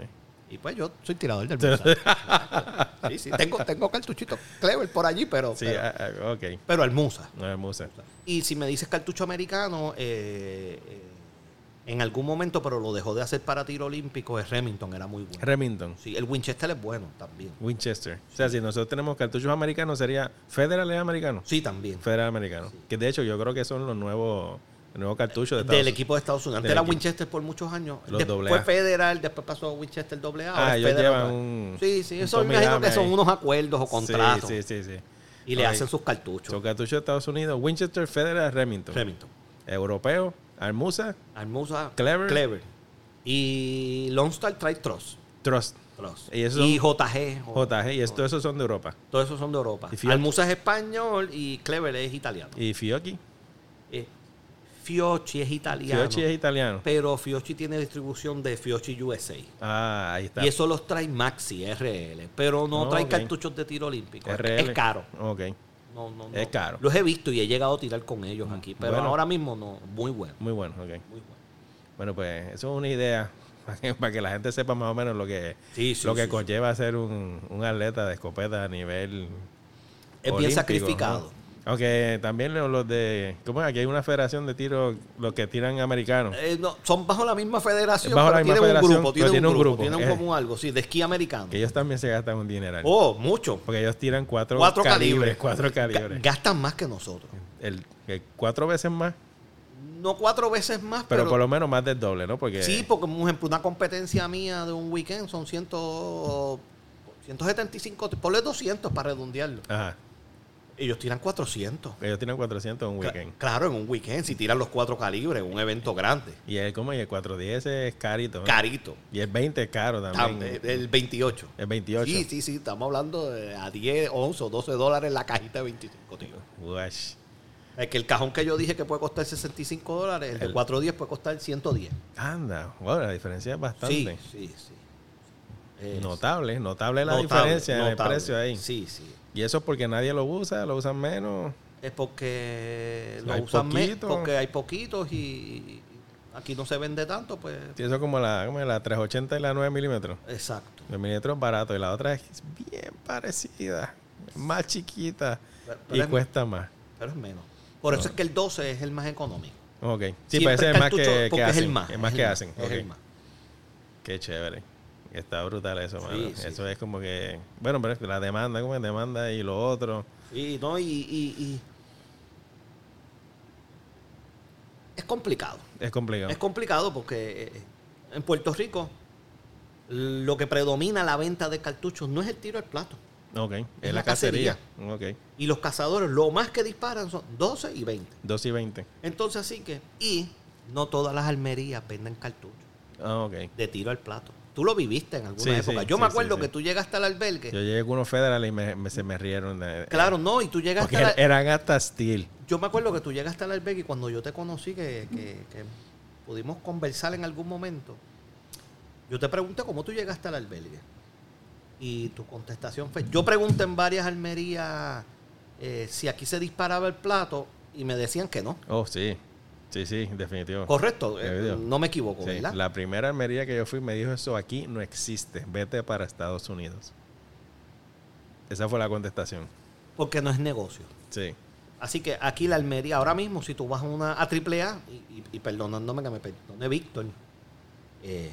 Y pues yo soy tirador del Musa. sí, sí, tengo, tengo cartuchitos Clever por allí, pero, Sí, pero, ah, ah, ok. pero al Musa. No es musa. Y si me dices cartucho americano, eh, eh, en algún momento, pero lo dejó de hacer para tiro olímpico, es Remington, era muy bueno. Remington. Sí, el Winchester es bueno también. Winchester. O sea, si nosotros tenemos cartuchos americanos, sería Federal es americano. Sí, también. Federal americano. Que de hecho yo creo que son los nuevos, los nuevos cartuchos de Estados Del equipo de Estados Unidos. Antes Del era equipo. Winchester por muchos años. Los después doble fue A. Federal, después pasó a Winchester doble A. ahora Ah, es ellos Federal. llevan un- Sí, sí, un eso tome me y imagino que dame son ahí. unos acuerdos o contratos. Sí, sí, sí. sí. Y le Ok. hacen sus cartuchos. Son cartuchos de Estados Unidos, Winchester, Federal, Remington. Remington. Europeo, Armusa, Almusa. Clever. Clever. Y Longstar trae Trust. Trust, Trust. Y Y, esos son- JG. o- JG. Y esto- esos son de Europa. Todos esos son de Europa. Y Fiat. Almusa es español y Clever es italiano. Y Fiocchi. Eh, Fiocchi es italiano. Fiocchi es italiano. Pero Fiocchi tiene distribución de Fiocchi USA. Ah, ahí está. Y eso los trae Maxi, RL. Pero no Oh, trae ok. cartuchos de tiro olímpico. Es- RL. Es caro. Ok. No, no, no. Es caro. Los he visto y he llegado a tirar con ellos aquí. Pero Bueno. ahora mismo no. Muy bueno. Muy bueno, ok. Muy bueno. Bueno, pues eso es una idea para que, para que la gente sepa más o menos lo que, Sí, sí, lo que sí, sí. conlleva ser un, un atleta de escopeta a nivel. Es olímpico, bien sacrificado. ¿no? Aunque también lo- los de. ¿Cómo es? Aquí hay una federación de tiro, los que tiran americanos. Eh, no, son bajo la misma federación, Bajo pero la misma tienen federación, un pero grupo, tienen tiene un un grupo, grupo, tienen eh. como algo, sí, de esquí americano. Que ellos también se gastan un dineral. Oh, mucho. Porque ellos tiran cuatro, Cuatro calibres. Cuatro Ga- calibres. Gastan más que nosotros. El, el cuatro veces más, No cuatro veces más, pero, pero, por lo menos más del doble, ¿no? Porque sí, porque por ejemplo, una competencia mía de un weekend son 100, 175, ponle 200 para redondearlo. Ajá. Ellos tiran 400. Ellos tienen 400 en un Cla- weekend. claro, en un weekend, si tiran los cuatro calibres, en un evento grande, Y el, ¿cómo? Y el 410 es carito. ¿no? carito. Y el 20 es caro Ah. también. Tam- El 28. el 28. Sí, sí, sí, estamos hablando de a 10, 11 o 12 dólares la cajita de 25, tío. Uash. Es que el cajón que yo dije que puede costar 65 dólares, el de El- 410 puede costar 110. Anda, wow, la diferencia es Sí, bastante. sí, sí. Es Notable, notable la notable, diferencia en el notable. precio ahí. Sí, sí. Y eso es porque nadie lo usa, lo usan menos. Es porque Sí, lo hay usan menos, poquito. porque hay poquitos y aquí no se vende tanto, pues. Sí, eso es como la, como la 380 y la 9 milímetros. Exacto. 9 milímetros es barato y la otra es bien parecida, más chiquita Pero- y pero es- cuesta más. pero es menos. Por eso es que el 12 es el más económico. Ok. Sí, pues, Siempre parece más que, cartucho, que porque hacen. es el más. es más el que hacen. Es el Ok. más. Qué chévere. Está brutal eso, mano. sí. Eso es como que. Bueno, pero es que la demanda, como es demanda y lo otro. Y no, y, y- y- es complicado. Es complicado. Es complicado porque eh, en Puerto Rico lo que predomina la venta de cartuchos no es el tiro al plato. ok. Es, es la la cacería. cacería. Ok. Y los cazadores lo más que disparan son 12 y 20. 2 y 20. Entonces así que, y no todas las almerías venden cartuchos Ah, ok. de tiro al plato. Tú lo viviste en alguna Sí, época. sí, Yo me sí, sí, acuerdo sí. que tú llegaste al albergue. Yo llegué con unos federales y me, me- se me rieron. de- claro, no, y tú llegaste Porque al er- eran hasta steel. Yo me acuerdo que tú llegaste al albergue y cuando yo te conocí, que, que- que pudimos conversar en algún momento, yo te pregunté cómo tú llegaste al albergue. Y tu contestación fue, yo pregunté en varias almerías eh, si aquí se disparaba el plato y me decían que no. Oh, sí. Sí, sí, definitivo. Correcto, eh, Ah, Ya veo. no me equivoco, Sí, ¿verdad? La primera almería que yo fui me dijo eso aquí no existe. Vete para Estados Unidos. Esa fue la contestación. Porque no es negocio. Sí. Así que aquí la almería, ahora mismo, si tú vas a una a AAA, y, y, y perdonándome que me perdone Víctor, eh,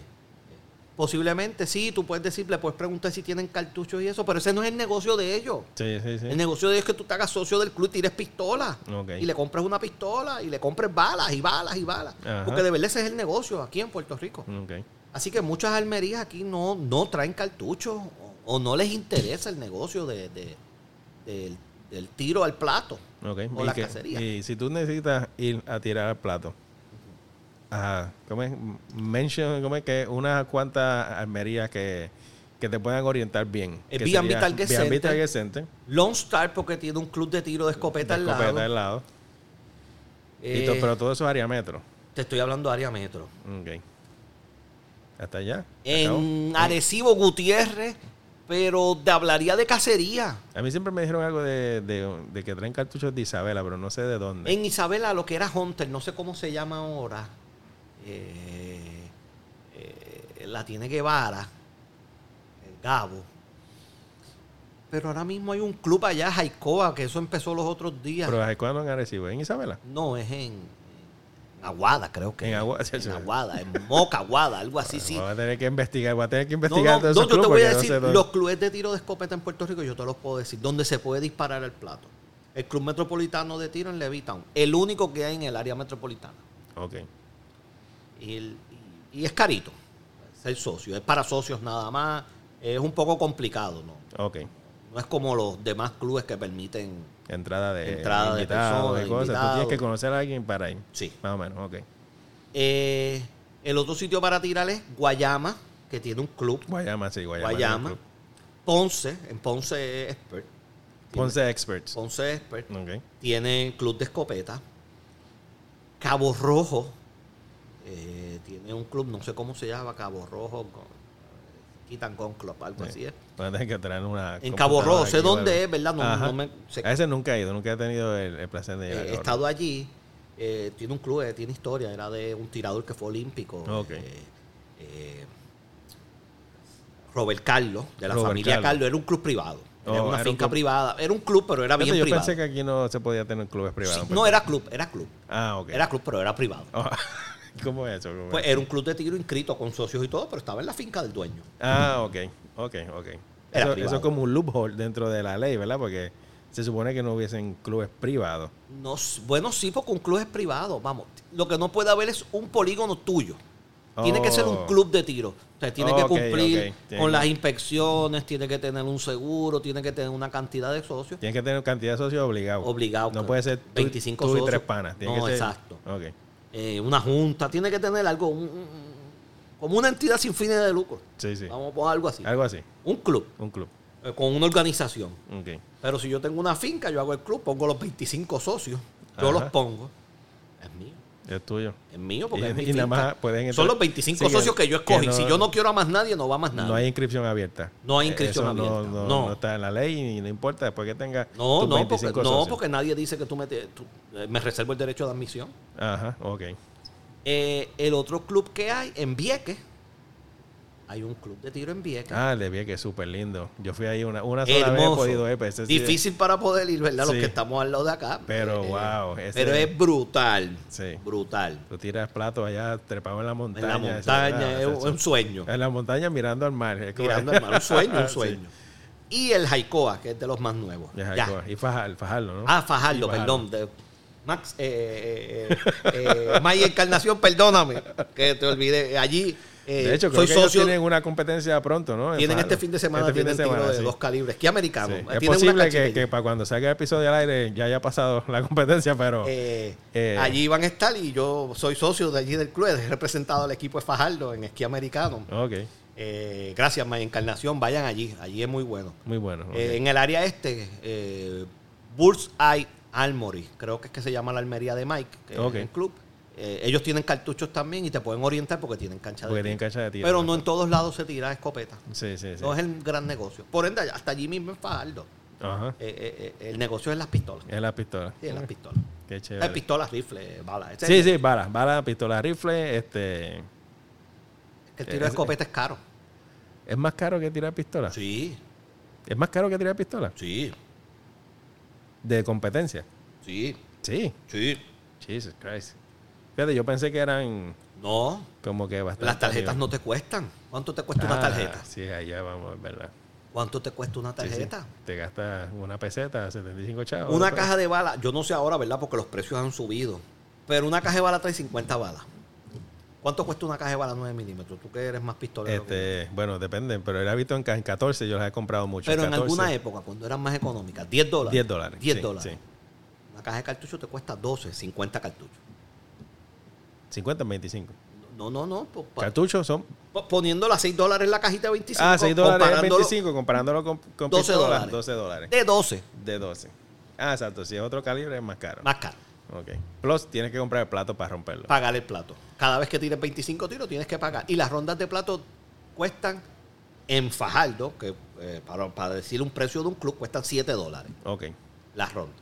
posiblemente sí, tú puedes decir, le puedes preguntar si tienen cartuchos y eso, pero ese no es el negocio de ellos. Sí, sí, sí. El negocio de ellos es que tú te hagas socio del club y tires pistola. Ok. Y le compres una pistola y le compres balas y balas y balas. Ajá. Porque de verdad ese es el negocio aquí en Puerto Rico. Ok. Así que muchas almerías aquí no, no traen cartuchos o, o no les interesa el negocio de, de- del- del tiro al plato. Ok, O y la que- cacería. Y si tú necesitas ir a tirar al plato, a, ¿cómo es? M- Mention, ¿cómo es? Que unas cuantas almerías que, que te puedan orientar bien. El que B&B sería Target B&B Center. Target Center, Lone Star porque tiene un club de tiro de escopeta, de al escopeta lado. al lado. Eh, Y to- pero todo eso es área metro. Te estoy hablando de área metro. Ok. Hasta allá. se acabó. En Arecibo Gutiérrez, pero te hablaría de cacería. A mí siempre me dijeron algo de, de- de que traen cartuchos de Isabela, pero no sé de dónde. En Isabela, lo que era Hunter, no sé cómo se llama ahora, eh, eh, la tiene Guevara, el Gabo. Pero ahora mismo hay un club allá, Jaicoa, que eso empezó los otros días. Pero ¿a cuándo en Arecibo? ¿En Isabela? No, es en, en Aguada, creo que. En es. Aguada, sí, sí. en Aguada, en Moca, Aguada, algo así, sí. Voy a tener que investigar, voy a tener que No, investigar no, todos no, esos yo te clubes, voy a porque no sé decir, dónde. los clubes de tiro de escopeta en Puerto Rico, yo te los puedo decir, donde se puede disparar el plato. El Club Metropolitano de Tiro en Levittown, el único que hay en el área metropolitana. Ok. Y, el- y- y es carito ser socio, es para socios nada más, es un poco complicado, ¿no? Ok. No es como los demás clubes que permiten, Entrada de Entrada de invitados, personas, y cosas. Tú invitados. tienes que conocer a alguien para ir. sí. Más o menos, ok. Eh, el otro sitio para tirar es Guayama, que tiene un club, Guayama, sí, Guayama. Guayama. Club. Ponce, en Ponce es expert. Ponce Experts. Ponce es expert. Ok. tiene club de escopeta. Cabo Rojo eh, tiene un club, no sé cómo se llama, Cabo Rojo, con- Quitan con Club, algo así Sí. es. Voy a tener que traer una. En Cabo computadora Rojo, sé aquí, dónde ¿verdad? es, ¿verdad? No, Ajá. no me, sé- A ese nunca he ido, nunca he tenido el, el placer de ir. eh, he estado allí, eh, tiene un club, eh, tiene historia, era de un tirador que fue olímpico. Ok. eh, eh, Robert Carlos, de la Robert familia Carlos. Carlos. era un club privado. Oh, era una era un finca club. privada. Era un club, pero era Fíjate, bien yo privado. pensé que aquí no se podía tener clubes Sí, privados. en no Puerto era club, era club. Rico. Ah, ok. Era club, pero era privado. Oh, ¿Cómo es eso? ¿Cómo es Pues eso? era un club de tiro inscrito con socios y todo, pero estaba en la finca del dueño. Ah, ok. Ok, ok. Era Eso, privado. eso es como un loophole dentro de la ley, ¿verdad? Porque se supone que no hubiesen clubes privados. No, s- bueno, sí, porque un club es privado, vamos. Lo que no puede haber es un polígono tuyo. Tiene que ser un Oh. club de tiro. Usted tiene Ok, que cumplir ok. Tiene- con las inspecciones, tiene que tener un seguro, tiene que tener una cantidad de socios. Tienes que tener cantidad de socios obligados. Obligados, No claro. puede ser tú, 25 tú y socios. tres panas. Tiene No, que ser- exacto. Ok. eh, una junta, tiene que tener algo, un- un- como una entidad sin fines de lucro. Sí, sí. Vamos a poner algo así. Algo así. Un club, Un club. eh, con una organización. Ok. Pero si yo tengo una finca, yo hago el club, pongo los 25 socios, yo Ajá. los pongo. Es mío, Es tuyo. es mío porque Y- es mi y nada finca. más pueden entrar- Son los 25 Sí, socios que- que yo escogí. que no- si yo no quiero a más nadie, no va más nadie. No hay inscripción abierta. No hay Eh, inscripción eso no- abierta. No, No. no está en la ley y no importa después que tenga. no, tus no, porque, 25 no, socios. porque nadie dice que tú me, te- tú- eh, me reservo el derecho de admisión. Ajá, ok. Eh, el otro club que hay, en Vieques, hay un club de tiro en Vieques. Ah, le vi que es súper lindo. Yo fui ahí una, una sola vez he Hermoso. podido ir, pero ese sí- Difícil para poder ir, ¿verdad? Sí. Los que estamos al lado de acá. Eh, Pero, wow, ese- Pero es brutal. Sí. Brutal. Tú tiras platos allá, trepado en la montaña. ah, En la eso, montaña, nada, es, eso- es un sueño. En la montaña mirando al mar. es como- Mirando al mar, un sueño, un Sí. sueño. Y el Jaicoa, que es de los más nuevos. Y es Ya. algo- Y Fajal- Fajardo, ¿no? Ah, Fajardo, Y perdón. de- Max, eh, eh, eh, eh, May Encarnación, perdóname, que te olvidé. Allí eh, De hecho, creo soy que ellos socio. tienen una competencia pronto, ¿no? En tienen Fajardo. este fin de semana, Este fin tienen de tiro semana, de sí. dos calibres. ¿Qué Sí. americano? Es Tienen una posible canchita que, allí. que para cuando salga el episodio al aire ya haya pasado la competencia, pero Eh, Eh. allí van a estar y yo soy socio de allí del club, he representado al equipo de Fajardo en esquí americano. ok, Eh, gracias, Maya Encarnación, vayan allí, allí es muy bueno. muy bueno. ok. Eh, en el área este, eh, Bullseye Armory, creo que es que se llama la Almería de Mike, que Ok. es el club. Eh, ellos tienen cartuchos también y te pueden orientar porque tienen cancha de Porque tiro. tienen cancha de tiro. Pero no en todos lados se tira escopeta. Sí, sí, sí. No es el gran negocio. Por ende, hasta allí mismo en Fajardo. Ajá. eh, eh, eh, el negocio es las pistolas. Es la pistola. Sí, es las pistolas. Qué Hay chévere. pistolas, rifles, balas. Ese- eh, Sí, sí, bala, bala, pistola, rifle, este... El Eh, tiro de escopeta es caro. ¿Es más caro que tirar pistola? Sí, ¿Es más caro que tirar pistola? sí, De competencia. sí, Sí. sí. Jesus Christ. Fíjate, yo pensé que eran No, como que bastante... las tarjetas no te cuestan. ¿Cuánto te cuesta una tarjeta? Ah, Sí, allá vamos, es verdad. ¿Cuánto te cuesta una Sí, sí. tarjeta? Te gastas una peseta, 75 chavos. Una ¿no? caja de balas, yo no sé ahora, ¿verdad? Porque los precios han subido. Pero una caja de balas trae 50 balas. ¿Cuánto cuesta una caja de balas 9 milímetros? Tú que eres más pistolero. que Este, bueno, depende, pero era visto en, ca- en 14, yo las he comprado yo. mucho. Pero en 14, alguna época, cuando eran más económicas, 10 dólares. 10 dólares. 10 sí, dólares. sí. Una caja de cartucho te cuesta 12, 50 cartuchos. 50 en 25. No, no, no. po- pa- Cartuchos son. po- poniéndole a 6 dólares la cajita de 25. Ah, 6 dólares en comparándolo 25, comparándolo con, con 12 pistolas, dólares. 12 dólares. De 12, De 12. Ah, exacto. Si es otro calibre, es más caro. más caro. Ok. Plus, tienes que comprar el plato para romperlo. Pagar el plato. Cada vez que tires 25 tiros, tienes que pagar. Y las rondas de plato cuestan en Fajardo, que eh, para, para decir un precio de un club, cuestan 7 dólares Ok. las rondas.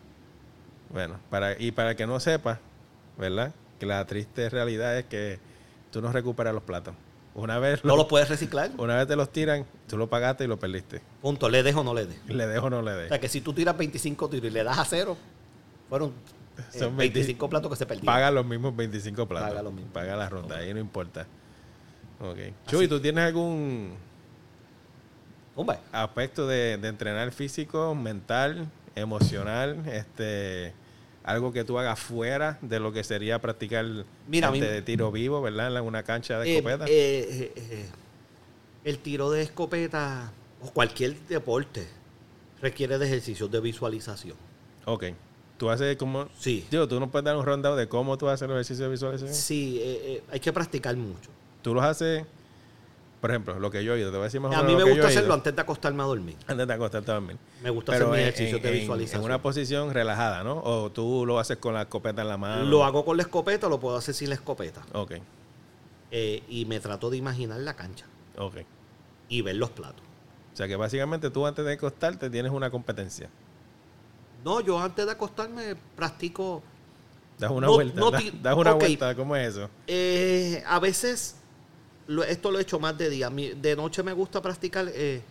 Bueno, para, y para el que no sepa, ¿verdad? Que la triste realidad es que tú no recuperas los platos. Una vez, No lo- lo puedes reciclar. una vez te los tiran, tú lo pagaste y lo perdiste. Punto. ¿Le dejo o no le dejo? Le dejo o no le O dejo. sea que si tú tiras 25 tiros y le das a cero, fueron eh, Son 25 platos que se perdieron. Paga los mismos 25 platos. Paga los mismos. Paga la ronda, ahí no importa. Ok. Chuy, ¿tú tienes algún Hombre, aspecto de, de entrenar físico, mental, emocional, este algo que tú hagas fuera de lo que sería practicar Mira, a arte mí- de tiro vivo, ¿verdad? En una cancha de eh, escopeta. eh, eh, eh, el tiro de escopeta o cualquier deporte requiere de ejercicios de visualización. ok. Tú haces como... Sí. Digo, tú nos puedes dar un rondado de cómo tú haces los ejercicios de visualización. Sí, eh, eh, hay que practicar mucho. Tú los haces, por ejemplo, lo que yo he oído. Te voy a decir más o a menos mí me lo que yo he gusta oído. hacerlo antes de acostarme a dormir. Antes de acostarte también. Me gusta Pero hacer en- mis ejercicios en- de en- visualización. En una posición relajada, ¿no? O tú lo haces con la escopeta en la mano. Lo hago con la escopeta, lo puedo hacer sin la escopeta. Ok, Eh, y me trato de imaginar la cancha ok. y ver los platos. O sea que básicamente tú antes de acostarte tienes una competencia. No, yo antes de acostarme practico. Das una No- vuelta. no da- ti- das una ok. vuelta. ¿Cómo es eso? eh, a veces lo- esto lo he hecho más de día. Mi- de noche me gusta practicar. eh, eh,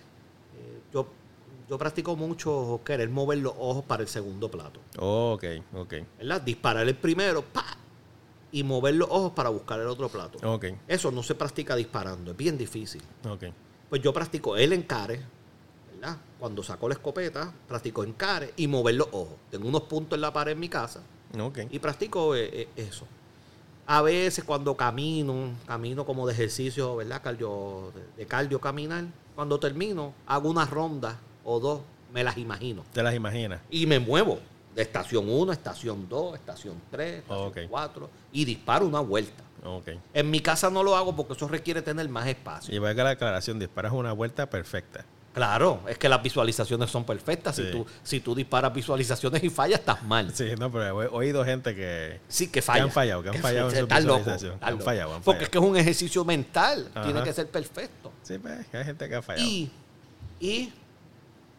yo, yo practico mucho querer mover los ojos para el segundo plato. Ok, ok, ¿Verdad? Disparar el primero ¡pa! y mover los ojos para buscar el otro plato. ok, Eso no se practica disparando, es bien difícil. ok. Pues yo practico el encare, ¿verdad? Cuando saco la escopeta, practico encare y mover los ojos. Tengo unos puntos en la pared en mi casa Ok. y practico eh, eh, eso. A veces cuando camino, camino como de ejercicio, ¿verdad? Cardio, de- de cardio caminar. Cuando termino, hago unas rondas o dos, me las imagino. Te las imaginas. Y me muevo de estación 1, estación 2, estación 3, estación Ok. 4 y disparo una vuelta. Ok. En mi casa no lo hago porque eso requiere tener más espacio. Y valga la aclaración, disparas una vuelta perfecta. Claro, es que las visualizaciones son perfectas. Sí. Si, tú, si tú disparas visualizaciones y fallas, estás mal. Sí, no, pero he oído gente que... Sí, que falla. Que han fallado, que han fallado en su estás loco, visualización. estás Han loco. fallado, han fallado. Porque es que es un ejercicio mental. Ajá. Tiene que ser perfecto. Sí, pues, hay gente que ha fallado. Y, y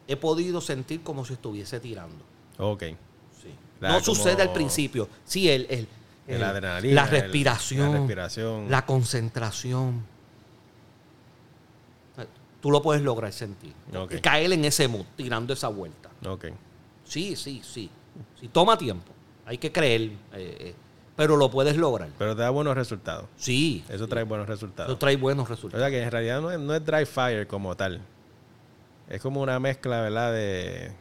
he podido sentir como si estuviese tirando. Ok. Eh, Sí. La- no como- sucede al principio. Sí, el, el- El el- adrenalina, La el- respiración. la respiración. la concentración. O sea, Tú lo puedes lograr sentir. Ok. Y caer en ese mood, tirando esa vuelta. Ok. Sí, sí, sí. Sí, toma tiempo. Hay que creer. eh, eh, pero lo puedes lograr. Pero te da buenos resultados. Sí. Eso trae buenos Eso resultados. trae buenos O resultados. sea que en realidad no es, no es dry fire como tal. Es como una mezcla, ¿verdad? De...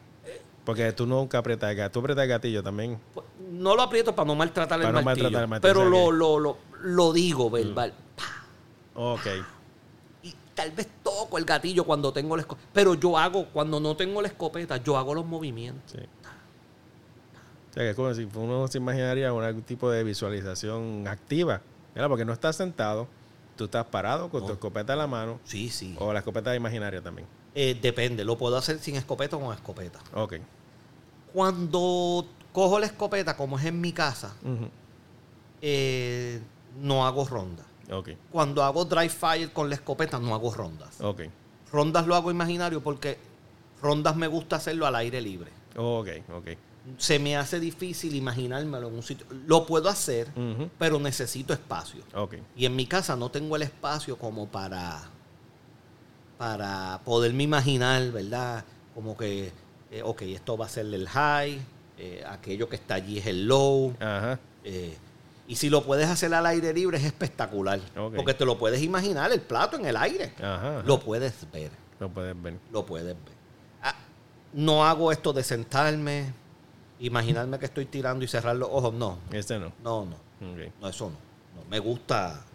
Porque tú nunca aprietas el gatillo. Tú aprietas el gatillo también. Pues, No lo aprieto para no maltratar el Para no martillo. maltratar el martillo, Pero o sea lo, que- lo, lo, lo digo verbal. Pa, Ok. Y tal vez toco el gatillo cuando tengo la escopeta. Pero yo hago, cuando no tengo la escopeta, yo hago los movimientos. Sí. O sea que es como si uno se imaginaría un algún tipo de visualización activa. ¿verdad? Porque no estás sentado, tú estás parado con tu No. escopeta en la mano Sí, sí. o la escopeta imaginaria también. Eh, depende, lo puedo hacer sin escopeta o con escopeta. Ok. Cuando cojo la escopeta, como es en mi casa, Ujú. eh, no hago ronda. Ok. Cuando hago dry fire con la escopeta, no hago rondas. Ok. Rondas lo hago imaginario porque rondas me gusta hacerlo al aire libre. Ok. Ok. Se me hace difícil imaginármelo en un sitio. Lo puedo hacer, Ujú. pero necesito espacio. Ok. Y en mi casa no tengo el espacio como para, para poderme imaginar, ¿verdad? Como que, eh, ok, esto va a ser el high, eh, aquello que está allí es el low. Ajá. eh, y si lo puedes hacer al aire libre es espectacular. Ok. Porque te lo puedes imaginar, el plato en el aire. Ajá. ajá. Lo puedes ver, Lo puedes ver. lo puedes ver. Ah, no hago esto de sentarme, imaginarme que estoy tirando y cerrar los ojos. No, Este no. no, no, Ok. no, eso no. no. Me gusta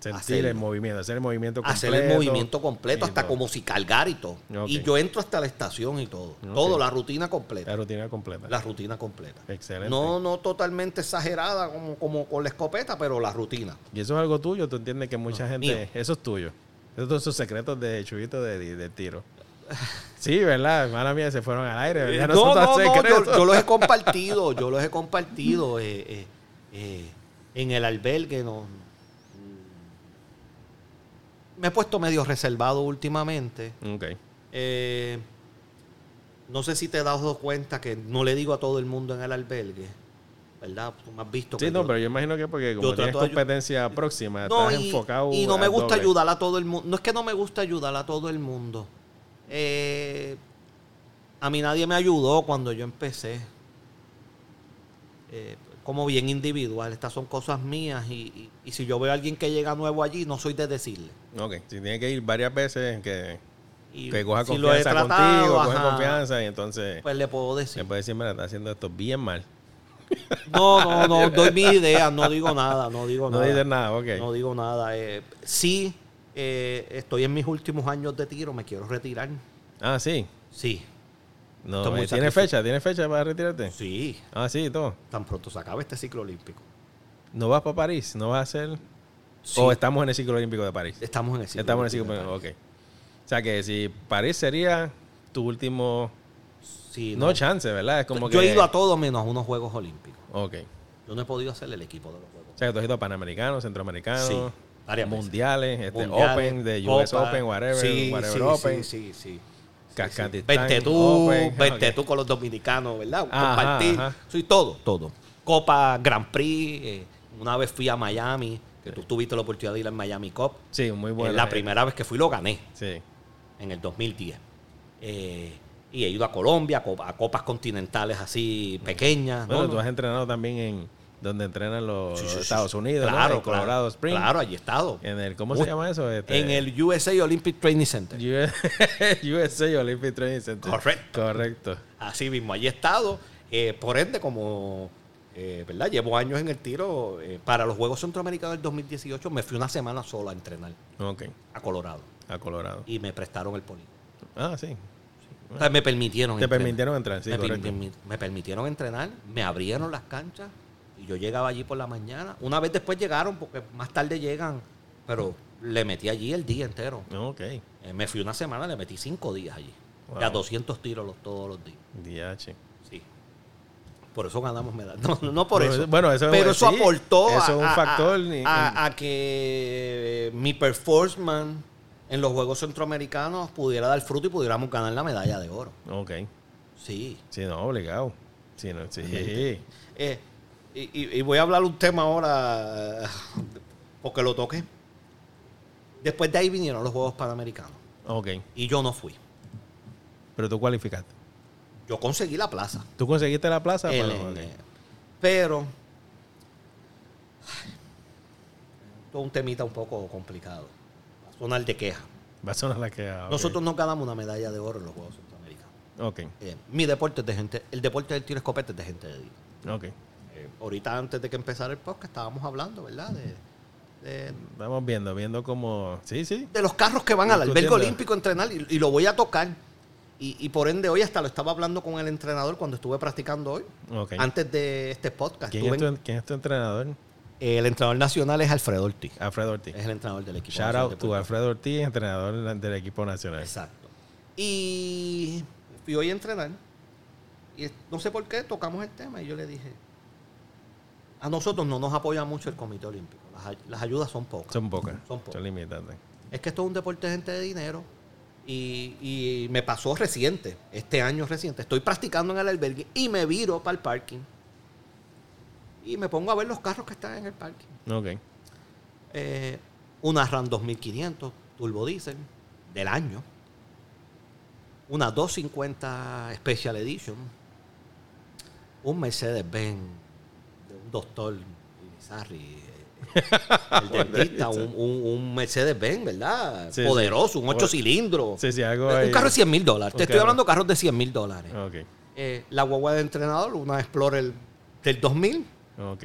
Sentir Hacerlo. el movimiento, hacer el movimiento completo. hacer el movimiento completo, y hasta todo. como si cargar y todo. Ok. Y yo entro hasta la estación y todo. Ok. Todo, la rutina La completa. rutina completa. La rutina completa. Excelente. No, no totalmente exagerada como, como con la escopeta, pero la rutina. Y eso es algo tuyo, tú entiendes que mucha No, gente. Ah, mío. Eso es tuyo. Esos son sus secretos de chubito de, de- de tiro. Sí, ¿verdad? Hermana mía, se fueron al aire. Eh, Ya no, no, son tan no, no, yo, secretos. yo los he compartido, yo los he compartido eh, eh, eh, en el albergue. No, me he puesto medio reservado últimamente. Ok. Eh, no sé si te das dado cuenta que no le digo a todo el mundo en el albergue, ¿verdad? Tú me has visto. Sí, que no, yo- pero yo imagino que porque como yo tienes trato de ayu- competencia próxima, No, estás y, enfocado. y no me al gusta doble. ayudar a todo el mundo. No es que no me gusta ayudar a todo el mundo. Eh, a mí nadie me ayudó cuando yo empecé. Eh, como bien individual, estas son cosas mías y, y- y si yo veo a alguien que llega nuevo allí, no soy de decirle. Ok. Si tienes que ir varias veces que, Y que coja si lo he confianza tratado, contigo, coge ajá, confianza y entonces. Pues le puedo decir. Se puede decir, mira, está haciendo esto bien mal. No, no, no, doy mi idea, no digo nada, no digo No, nada. dices nada, ok. No digo nada. eh, sí, eh, estoy en mis últimos años de tiro, me quiero retirar. Ah, sí. Sí, No, Esto es muy eh, ¿Tiene sacrificio. fecha? ¿Tiene fecha para retirarte? sí, Ah, sí, todo. tan pronto se acabe este ciclo olímpico. ¿No vas para París? ¿No vas a hacer...? Sí, ¿O estamos en el ciclo olímpico de París? estamos en el ciclo Oh, estamos en el olímpico ciclo de olímpico, ok. O sea que si París sería tu último... París. Sí, No, no. chance, ¿verdad? Es como Yo que... he ido a todo menos a unos Juegos Olímpicos. Ok. Yo no he podido hacer el equipo de los Juegos. O sea que tú has ido a Panamericanos, Centroamericanos, Sí, varias veces. Mundiales, este, Mundiales, Open, de Copa. US Open, whatever, Sí, whatever sí, Open. Sí, sí, sí. Cascatistán, Vente tú, Open, vente ok. tú con los dominicanos, ¿verdad? Ajá, Compartir. ajá. Soy todo, todo. Copa Grand Prix. eh, una vez fui a Miami Que tú tuviste la oportunidad de ir al Miami Cup. Sí, muy Es buena. la eh. primera vez que fui lo gané Sí. en el 2010. Eh, y he ido a Colombia, a, co- a copas continentales así pequeñas. Bueno, Ah, ¿no? tú has entrenado también en donde entrenan los Sí, sí, sí, Estados sí. Unidos, ¿no? Claro, En Colorado claro, Springs. Claro, allí he estado. En el, ¿Cómo Uy, se llama eso? Este, En el USA Olympic Training Center. USA Olympic Training Center. Correcto. Correcto. Así mismo, allí he estado. Eh, por ende, como eh, ¿verdad? llevo años en el tiro, eh, para los Juegos Centroamericanos del 2018 me fui una semana sola a entrenar Ok, a Colorado a Colorado. y me prestaron el polígono. Ah, sí. O sea, me permitieron Te entrenar. permitieron entrar, sí, me, per- correcto. permi- me permitieron entrenar, me abrieron las canchas y yo llegaba allí por la mañana. Una vez después llegaron, porque más tarde llegan, pero le metí allí el día entero. Ok, Eh, me fui una semana, le metí cinco días allí. Wow. De a 200 tiros los- todos los días. DH. Sí. Por eso ganamos medallas. No, no por Bueno, eso. bueno, eso- Pero eso sí, aportó eso a- es un a- factor a, en- a- a que eh, mi performance en los Juegos Centroamericanos pudiera dar fruto y pudiéramos ganar la medalla de oro. Ok. Sí. Sí, no, obligado. Sí, no, sí. Eh, y, y- y voy a hablar un tema ahora eh, porque lo toqué. Después de ahí vinieron los Juegos Panamericanos Ok. y yo no fui. Pero tú cualificaste. Yo conseguí la plaza. ¿Tú conseguiste la plaza? El- Bueno, ok. eh, Pero ay, todo un temita un poco complicado. Va a sonar de queja. Va a sonar la que... ah, ok. Nosotros nos ganamos una medalla de oro en los Juegos Centroamericanos. Ok, Eh, mi deporte es de gente, el deporte del tiro escopeta es de gente de día. ok. Eh, ahorita antes de que empezara el podcast estábamos hablando, ¿verdad? De, de- Vamos viendo, viendo cómo... Sí, sí. de los carros que van al albergue Discutiendo. olímpico a entrenar y, y lo voy a tocar. Y, y por ende hoy hasta lo estaba hablando con el entrenador cuando estuve practicando hoy, Ok. antes de este podcast. ¿Quién, Estuve es en- tu, quién es tu entrenador? El entrenador nacional es Alfredo Ortiz. Alfredo Ortiz. Es el entrenador del Eh, equipo. Shout nacional de out to Puerto Alfredo Ortiz, entrenador del equipo nacional. Rico. Exacto. Y fui hoy a entrenar. Y no sé por qué tocamos el tema. Y yo le dije: A nosotros no nos apoya mucho el Comité Olímpico. Las, ay- las ayudas son pocas. Son pocas. Son Son, pocas. limitantes. Es que esto es un deporte de gente de dinero. Y, y me pasó reciente, este año reciente. Estoy practicando en el albergue y me viro para el parking. Y me pongo a ver los carros que están en el parking. Ok. eh, una RAM 2500 turbo diesel del año, una 250 Special Edition, un Mercedes-Benz de un doctor Irizarry, eh, el dentista, un, un- un Mercedes-Benz, ¿verdad? Sí, Poderoso, un 8 Bueno, cilindros. Eh, Sí, sí, algo ahí. Ah. Un carro de 100 mil dólares. Un Te estoy carro. hablando de carros de 100 mil dólares. Ok, Eh, la guagua de entrenador, una Explorer del 2000 ok.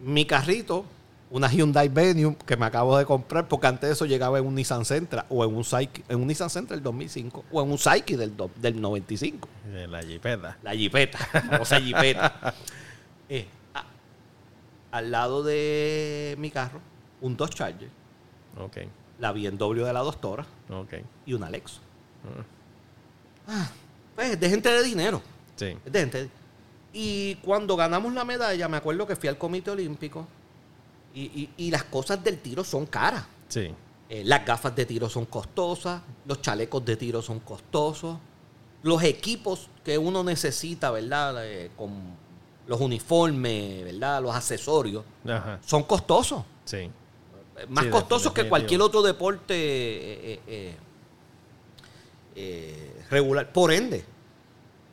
mi carrito, una Hyundai Venue que me acabo de comprar, porque antes de eso llegaba en un Nissan Sentra o en un Psyche, en un Nissan Sentra del 2005 o en un Psyche del, do- del 95. Eh, La jipeta. La Jeepeta, o sea, Jeepeta. Eh, a- al lado de mi carro, un Dodge Charger, Ok, la BMW de la doctora ok. y un Lexus. Ah, Ah, pues de gente de dinero. Sí. Es de gente. Y cuando ganamos la medalla, me acuerdo que fui al Comité Olímpico y, y- y las cosas del tiro son caras. Sí. Eh, las gafas de tiro son costosas, los chalecos de tiro son costosos, los equipos que uno necesita, ¿verdad? Eh, con los uniformes, ¿verdad? Los accesorios, Ajá. son costosos. Sí. Eh, Más Sí, costosos que definitivo. cualquier otro deporte eh, eh, eh, eh, regular. Por ende,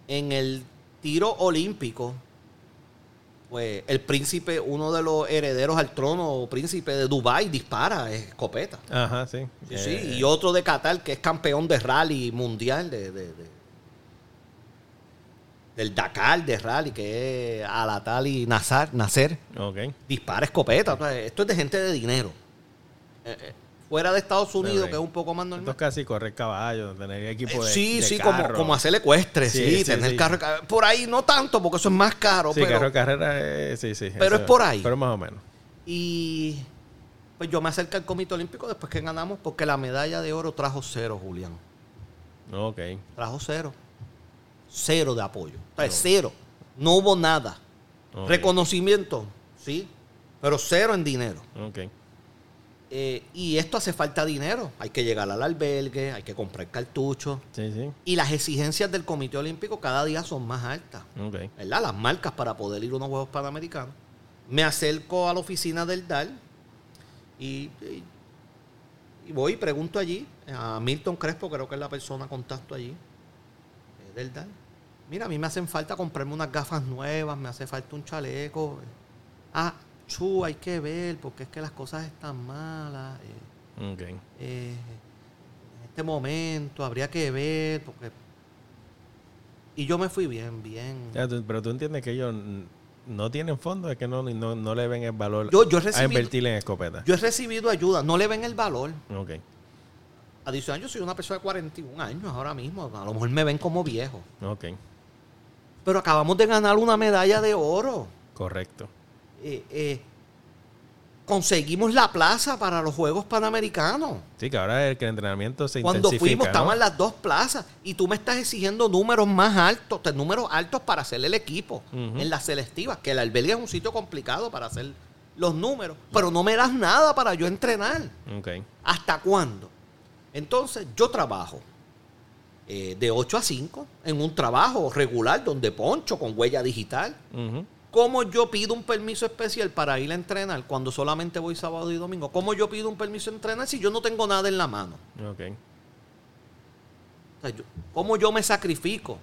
en el tiro olímpico, pues el príncipe, uno de los herederos al trono, o príncipe de Dubái, dispara escopeta. Ajá, sí. Sí, Eh, sí, y otro de Qatar que es campeón de rally mundial de, de- de- del Dakar de rally que es Alatali Nazar, Nacer Ok. dispara escopeta. o sea, esto es de gente de dinero. Eh, eh, fuera de Estados Unidos, Ok. que es un poco más Esto normal. es casi correr caballo, tener Eh, equipo de. sí, de sí, como, carro. como hacer ecuestre, Sí, sí, sí, tener sí. carro. eh, Por ahí no tanto, porque eso es más caro. Sí, pero, carro de carrera, eh, sí, sí. pero es por ahí. Pero más o menos. Y pues yo me acerco al Comité Olímpico después que ganamos, porque la medalla de oro trajo cero, Julián. Ok. trajo cero. Cero de apoyo. O sea, cero. No hubo nada. Ok. Reconocimiento, sí, pero cero en dinero. Ok. Eh, y esto hace falta dinero. Hay que llegar al albergue, hay que comprar cartuchos. Sí, sí. Y las exigencias del Comité Olímpico cada día son más altas. Ok. ¿verdad? Las marcas para poder ir a unos Juegos Panamericanos. Me acerco a la oficina del DAL Y, y- y voy y pregunto allí a Milton Crespo, creo que es la persona contacto allí eh, del DAL. Mira, a mí me hacen falta comprarme unas gafas nuevas, me hace falta un chaleco. Ah, chu, hay que ver, porque es que las cosas están malas. eh, Ok. eh, en este momento habría que ver, porque... Y yo me fui bien, bien. Ya, tú- pero tú entiendes que ellos n- no tienen fondos, es que no, no, no le ven el valor Yo, yo, he a recibido, invertir en escopeta. yo he recibido ayuda, no le ven el valor. ok. Adicional, yo soy una persona de 41 años ahora mismo, a lo mejor me ven como viejo. Ok. Pero acabamos de ganar una medalla de oro. Correcto. Eh, eh, conseguimos la plaza para los Juegos Panamericanos. Sí, que ahora el que el entrenamiento se Cuando intensifica. fuimos ¿no? estaban las dos plazas y tú me estás exigiendo números más altos, te- números altos para hacer el equipo Ujú. en las selectivas, que el albergue es un sitio complicado para hacer los números, pero no me das nada para yo entrenar. Ok. ¿Hasta cuándo? Entonces, yo trabajo eh, de 8 a 5 en un trabajo regular donde poncho con huella digital. Ujú. ¿Cómo yo pido un permiso especial para ir a entrenar cuando solamente voy sábado y domingo? ¿Cómo yo pido un permiso a entrenar si yo no tengo nada en la mano? Ok. O sea, yo- ¿Cómo yo me sacrifico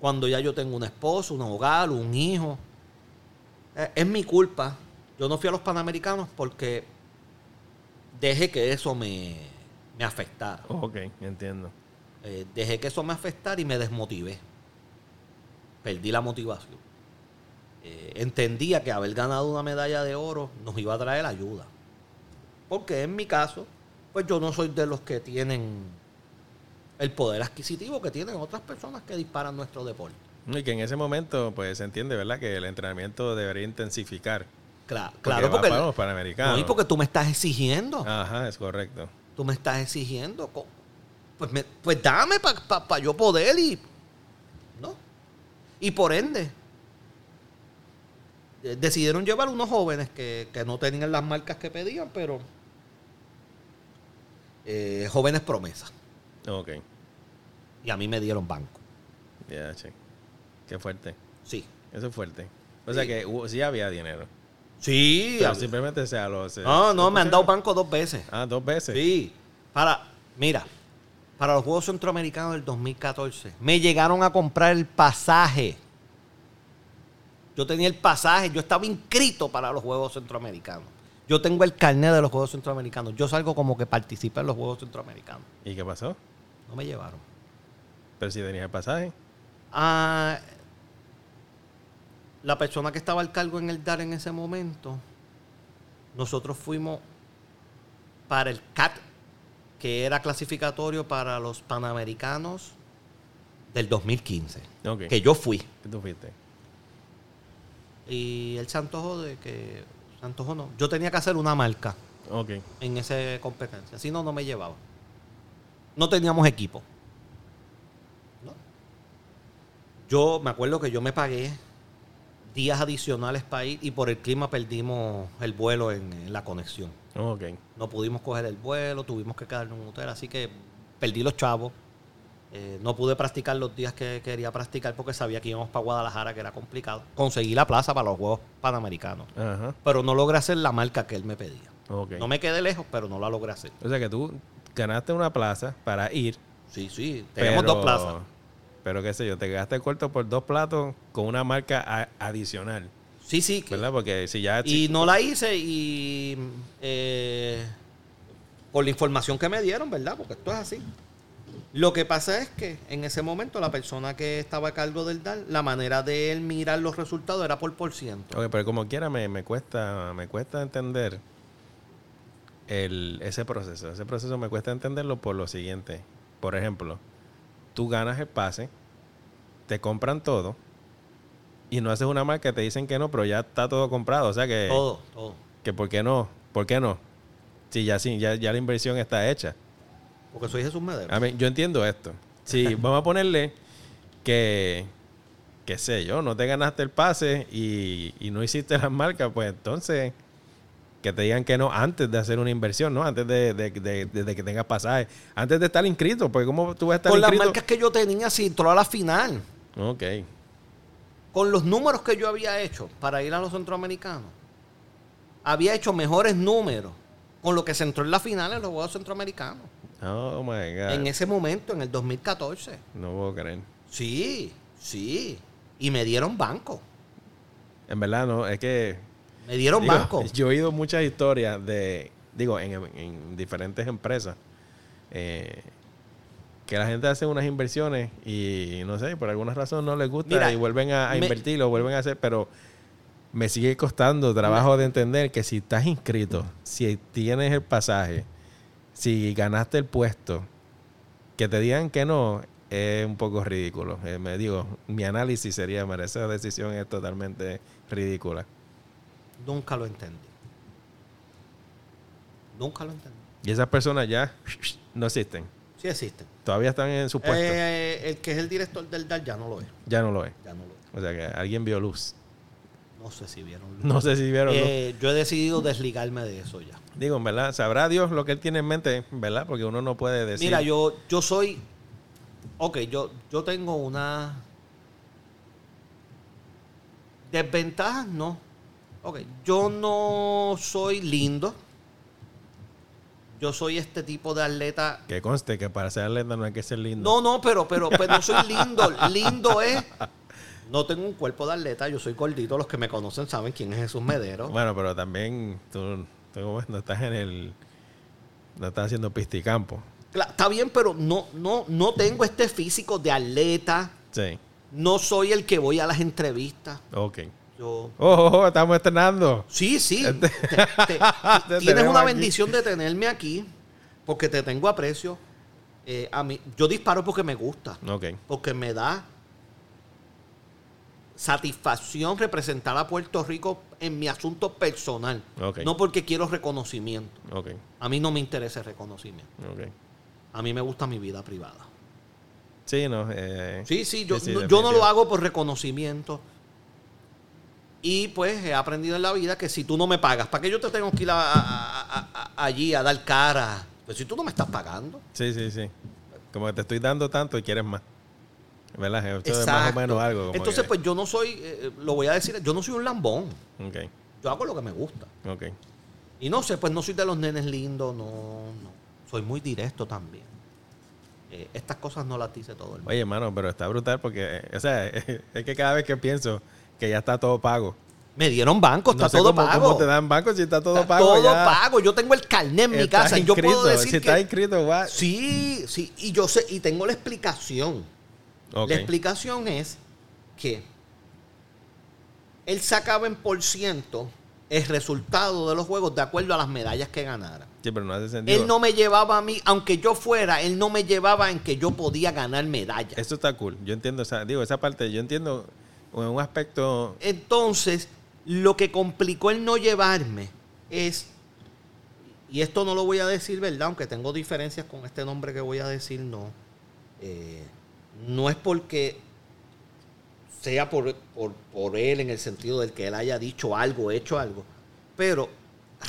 cuando ya yo tengo un esposo, un hogar, un hijo? Eh, es mi culpa. Yo no fui a los Panamericanos porque dejé que eso me, me afectara. Ok, entiendo. Eh, dejé que eso me afectara y me desmotivé. Perdí la motivación. Eh, entendía que haber ganado una medalla de oro nos iba a traer ayuda. Porque en mi caso, pues yo no soy de los que tienen el poder adquisitivo que tienen otras personas que disparan nuestro deporte. Y que en ese momento, pues se entiende, ¿verdad? Que el entrenamiento debería intensificar. Claro, porque claro, va porque, para los panamericanos. no, y porque tú me estás exigiendo. Ajá, es correcto. Tú me estás exigiendo. co- Pues, me- pues dame para yo poder y. ¿No? Y por ende, eh, decidieron llevar unos jóvenes que, que no tenían las marcas que pedían, pero. eh, jóvenes promesas. Ok. Y a mí me dieron banco. Ya, che. Qué fuerte. Sí. Eso es fuerte. O sea Sí. que hubo- sí había dinero. Sí. Pero a- simplemente se aló. se- no, se no, me han dado pusieron- banco dos veces. Ah, dos veces. Sí. Para, mira, para los Juegos Centroamericanos del 2014, me llegaron a comprar el pasaje. Yo tenía el pasaje, yo estaba inscrito para los Juegos Centroamericanos. Yo tengo el carnet de los Juegos Centroamericanos. Yo salgo como que participé en los Juegos Centroamericanos. ¿Y qué pasó? No me llevaron. Pero si tenías el pasaje. Ah, la persona que estaba al cargo en el DAR en ese momento, nosotros fuimos para el CAT, que era clasificatorio para los Panamericanos del 2015, Ok. que yo fui. ¿Qué tú fuiste? Y él se antojó de que, se antojó no, yo tenía que hacer una marca Ok. en esa competencia, si no, no me llevaba. No teníamos equipo. ¿No? Yo me acuerdo que yo me pagué días adicionales para ir y por el clima perdimos el vuelo en, en la conexión. Ok. No pudimos coger el vuelo, tuvimos que quedarnos en un hotel, así que perdí los chavos. Eh, no pude practicar los días que quería practicar porque sabía que íbamos para Guadalajara, que era complicado. Conseguí la plaza para los Juegos Panamericanos, Ajá. pero no logré hacer la marca que él me pedía. Ok. No me quedé lejos, pero no la logré hacer. O sea que tú ganaste una plaza para ir. Sí, sí, tenemos pero- dos plazas. Pero qué sé yo, te quedaste corto por dos platos con una marca a- adicional. Sí, sí. que- ¿Verdad? Porque si ya. y no la hice y eh, con la información que me dieron, ¿verdad? Porque esto es así. Lo que pasa es que en ese momento la persona que estaba a cargo del DAL, la manera de él mirar los resultados era por por ciento. Ok, pero como quiera me, me cuesta me cuesta entender el, ese proceso. Ese proceso me cuesta entenderlo por lo siguiente. Por ejemplo, tú ganas el pase, te compran todo y no haces una marca, te dicen que no, pero ya está todo comprado. O sea que, Todo, todo. que ¿por qué no? ¿Por qué no? Si ya, sí, ya, ya la inversión está hecha. Porque soy Jesús Madero. A ver, yo entiendo esto. Sí, vamos a ponerle que, qué sé yo, no te ganaste el pase y, y no hiciste las marcas, pues entonces que te digan que no antes de hacer una inversión, ¿no? Antes de, de- de- de- de que tengas pasaje, antes de estar inscrito, porque ¿cómo tú vas a estar Con las inscrito? marcas que yo tenía, sí, entró a la final. Ok, con los números que yo había hecho para ir a los centroamericanos, había hecho mejores números con lo que se entró en la final en los Juegos Centroamericanos. Oh my God. En ese momento, en el 2014. No puedo creer. Sí, sí. Y me dieron banco. En verdad, no, es que Me dieron Digo, banco. Yo he oído muchas historias de, digo, en, en diferentes empresas, eh, que la gente hace unas inversiones y no sé, por alguna razón no les gusta Mira, y vuelven a, a me- invertirlo, vuelven a hacer, pero me sigue costando trabajo de entender que si estás inscrito, si tienes el pasaje, si ganaste el puesto, que te digan que no. Es un poco ridículo. Eh, me digo, mi análisis sería, "Mira, esa decisión es totalmente ridícula. Nunca lo entendí. Nunca lo entendí. Y esas personas ya no existen. Sí existe. Todavía están en su puesto. Eh, el que es el director del DAR ya no lo es. ya no lo es. Ya no lo es. O sea que alguien vio luz. No sé si vieron. No sé si vieron luz. Eh, yo he decidido desligarme de eso ya. Digo, en verdad, sabrá Dios lo que él tiene en mente, ¿verdad? Porque uno no puede decir. Mira, yo, yo soy. Ok, yo, yo tengo una. Desventajas, no. Ok, yo no soy lindo. Yo soy este tipo de atleta. Que conste que para ser atleta no hay que ser lindo. No, no, pero, pero, pero no soy lindo. Lindo es. No tengo un cuerpo de atleta, yo soy gordito. Los que me conocen saben quién es Jesús Medero. Bueno, pero también tú, tú no estás en el. No estás haciendo pisticampo. Cla- Está bien, pero no, no, no tengo este físico de atleta. Sí. No soy el que voy a las entrevistas. Ok. Yo. Oh, oh, oh, estamos estrenando. Sí, sí. Te- te- Este- Te tienes tenemos una aquí. bendición de tenerme aquí porque te tengo aprecio. Eh, a mí, yo disparo porque me gusta, Ok. porque me da satisfacción representar a Puerto Rico en mi asunto personal, Ok. no porque quiero reconocimiento. Ok. A mí no me interesa el reconocimiento. Ok. A mí me gusta mi vida privada. Sí, no. eh, Sí, sí, yo, Sí, sí, no, yo definitivo. no lo hago por reconocimiento. Y pues he aprendido en la vida que si tú no me pagas, ¿para qué yo te tengo que ir a- a- a- a- allí a dar cara? Pues si tú no me estás pagando. Sí, sí, sí. Como que te estoy dando tanto y quieres más. ¿Verdad? Esto es más o Exacto. menos algo. como Entonces, que- pues yo no soy, eh, lo voy a decir, yo no soy un lambón. Ok, Yo hago lo que me gusta. ok. Y no sé, pues no soy de los nenes lindos, no, no. Soy muy directo también. Eh, estas cosas no las dice todo el mundo. Oye, hermano, pero está brutal porque, eh, o sea, es que cada vez que pienso que ya está todo pago. Me dieron banco, está no sé todo cómo, pago. cómo te dan banco si está todo Está pago. todo ya. pago. Yo tengo el carnet en mi Estás casa. y Yo puedo inscrito. decir si que está inscrito, va. Sí, sí, y yo sé, y tengo la explicación. Ok, La explicación es que él sacaba en por ciento el resultado de los juegos de acuerdo a las medallas que ganara. Sí, pero no hace sentido. Él no me llevaba a mí, aunque yo fuera, él no me llevaba en que yo podía ganar medallas. Eso está cool. Yo entiendo, esa, digo, esa parte, yo entiendo en un aspecto. Entonces, lo que complicó el no llevarme es, y esto no lo voy a decir, ¿verdad? Aunque tengo diferencias con este nombre que voy a decir, no. Eh, no es porque sea por, por- por él en el sentido del que él haya dicho algo, hecho algo. Pero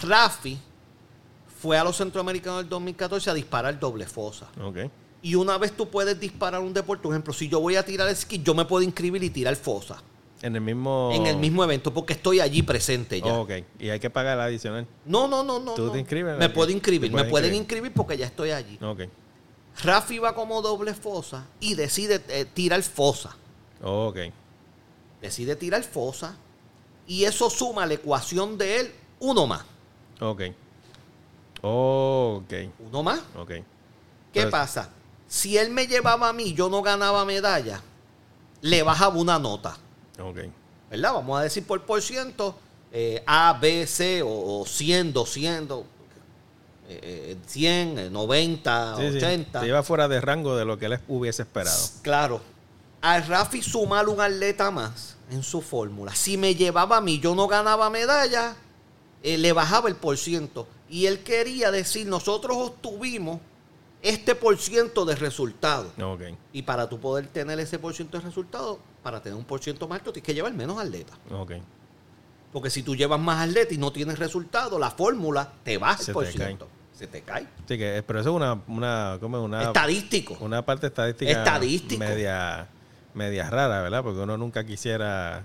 Rafi fue a los centroamericanos del 2014 a disparar doble fosa. Ok, Y una vez tú puedes disparar un deporte, por ejemplo, si yo voy a tirar esquí, yo me puedo inscribir y tirar fosa en el mismo. en el mismo evento porque estoy allí presente ya. Oh, ok, y hay que pagar la adicional. No, no, no, no. Tú no. te inscribes, Me ¿no? puedo Te inscribir, me puedes pueden inscribir. inscribir porque ya estoy allí. Ok, Rafi va como doble fosa y decide eh, tirar fosa. oh, ok. Decide tirar fosa y eso suma a la ecuación de él uno más. Ok. Ok. Uno más. Ok. ¿Qué Pero- pasa? Si él me llevaba a mí y yo no ganaba medalla, le bajaba una nota. Ok. ¿verdad? Vamos a decir por por ciento, eh, A, B, C, o, o 100, 200, eh, eh, 100, eh, 90, Sí, sí. 80. Te lleva fuera de rango de lo que él hubiese esperado. Claro. Al Rafi sumar un atleta más en su fórmula. Si me llevaba a mí, yo no ganaba medalla, eh, le bajaba el por ciento. Y él quería decir, nosotros obtuvimos este por ciento de resultado. Ok. Y para tú poder tener ese por ciento de resultado, para tener un por ciento más alto, tienes que llevar menos atletas. Ok. Porque si tú llevas más atletas y no tienes resultado, la fórmula te va Se al por te ciento. Se te cae. Sí que, eh, pero eso es una, una, ¿cómo es? una, Estadístico. Ah, una parte estadística Estadístico. media, media rara, ¿verdad? Porque uno nunca quisiera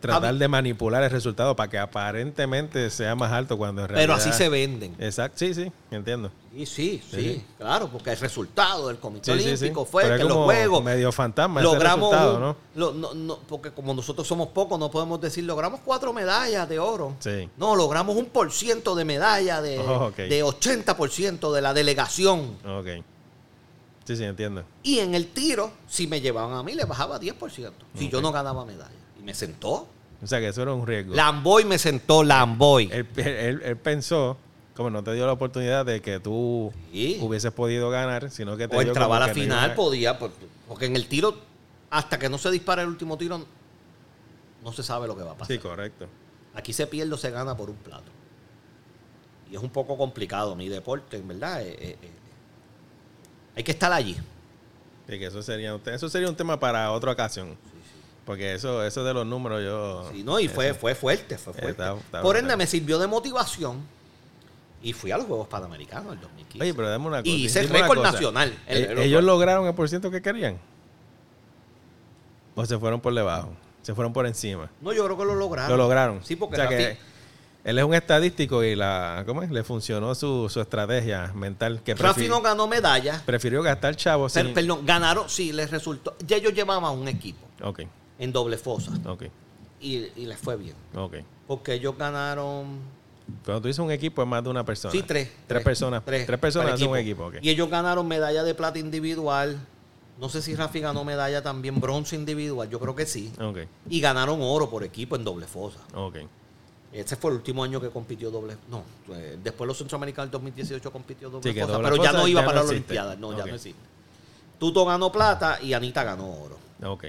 tratar de manipular el resultado para que aparentemente sea más alto cuando en Pero realidad... así se venden. Exacto, sí, sí, entiendo. Y sí, sí, sí. claro, porque el resultado del Comité Sí, sí, sí. Olímpico fue Pero es que los como Juegos medio fantasma ese logramos, resultado, un- ¿no? lo- no- no, porque como nosotros somos pocos, no podemos decir logramos cuatro medallas de oro. Sí. No, logramos un por ciento de medalla de, Oh, ok. de 80% de la delegación. Ok. Sí, sí, entiendo. Y en el tiro, si me llevaban a mí, le bajaba 10%. Si yo no ganaba medalla. Y me sentó. O sea, que eso era un riesgo. Lamboy me sentó, Lamboy. Él, él- él- él pensó, como no te dio la oportunidad de que tú Sí. hubieses podido ganar, sino que te O dio entraba a como la que no final, pues, iba- podía, por- porque en el tiro, hasta que no se dispara el último tiro, no se sabe lo que va a pasar. Sí, correcto. Aquí se pierde o se gana por un plato. Y es un poco complicado mi deporte, en verdad. eh, eh, eh. Hay que estar allí. Sí, que eso sería, un te- eso sería un tema para otra ocasión. Porque eso, eso de los números yo... Sí, ¿no? Y fue, eso- fue fuerte, fue Eh, fuerte. está- está por brutal. ende, me sirvió de motivación y fui a los Juegos Panamericanos el 2015. Oye, pero dame una cosa. y hice el dime una récord cosa. nacional. El- Eh, el- ¿Ellos lograron el por ciento que querían? ¿O se fueron por debajo? ¿Se fueron por encima? No, yo creo que lo lograron. Lo lograron. Sí, porque O sea que Rafi- él es un estadístico y la, ¿cómo es? le funcionó su, su estrategia mental. Que Rafi prefi- no ganó medallas. prefirió gastar chavos. Per- sin- Perdón, ganaron, sí, les resultó. Ya ellos llevaban un equipo Ok, en doble fosa ok, y, y les fue bien. ok. Porque ellos ganaron. Cuando tú dices un equipo es más de una persona. Sí, tres. eh, Tres, personas. Tres, personas para hacen un equipo. ok. Y ellos ganaron medalla de plata individual. No sé si Rafi ganó medalla también bronce individual, yo creo que sí. Ok, Y ganaron oro por equipo en doble fosa. ok. Ese fue el último año que compitió doble. No, eh, después los centroamericanos en 2018 compitió doble Sí, que fosa, doble pero ya fosa no iba ya para no la existe. Olimpiada. No, ya Ok. no existe. Tuto ganó plata y Anita ganó oro. Ok.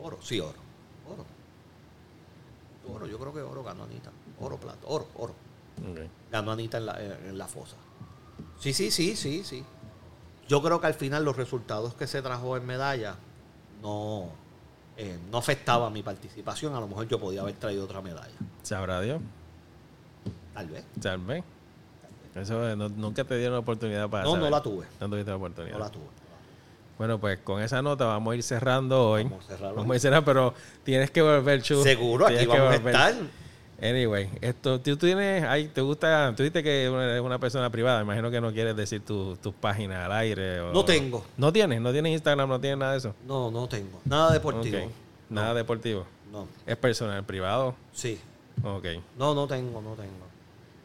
Oro, sí, oro. Oro. Oro, yo creo que oro ganó Anita. Oro, plata. Oro, oro. ok. Ganó Anita en la, en la fosa. Sí, sí, sí, sí, sí. Yo creo que al final los resultados que se trajo en medalla no, eh, no afectaba mi participación. A lo mejor yo podía haber traído otra medalla. Sabrá Dios. Tal vez. Tal vez. Eso eh, no- nunca te dieron la oportunidad para. No, no saber. la tuve. No tuviste la oportunidad. No la tuve. Bueno, pues con esa nota vamos a ir cerrando hoy. Vamos a cerrar hoy. Vamos a ir cerrando, pero tienes que volver, Chu. Seguro, aquí Tienes que vamos a volver. estar. Anyway, esto, tú tienes, ay, te gusta, tú dijiste que eres una persona privada, imagino que no quieres decir tu- tus páginas al aire. o- No tengo. No tienes, no tienes Instagram, no tienes nada de eso. No, no tengo. Nada deportivo. Ok. Nada deportivo. No, Es personal, privado. sí. Ok. No, no tengo, no tengo.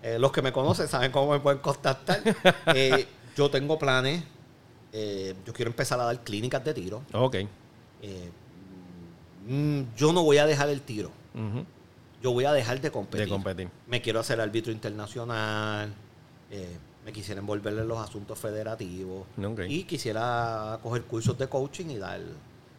Eh, los que me conocen saben cómo me pueden contactar. Eh, yo tengo planes. Eh, yo quiero empezar a dar clínicas de tiro. Ok. Eh, mm, yo no voy a dejar el tiro. Ujú. Yo voy a dejar de competir. De competir. Me quiero hacer árbitro internacional. eh, me quisiera envolver en los asuntos federativos. Ok. Y quisiera coger cursos de coaching y dar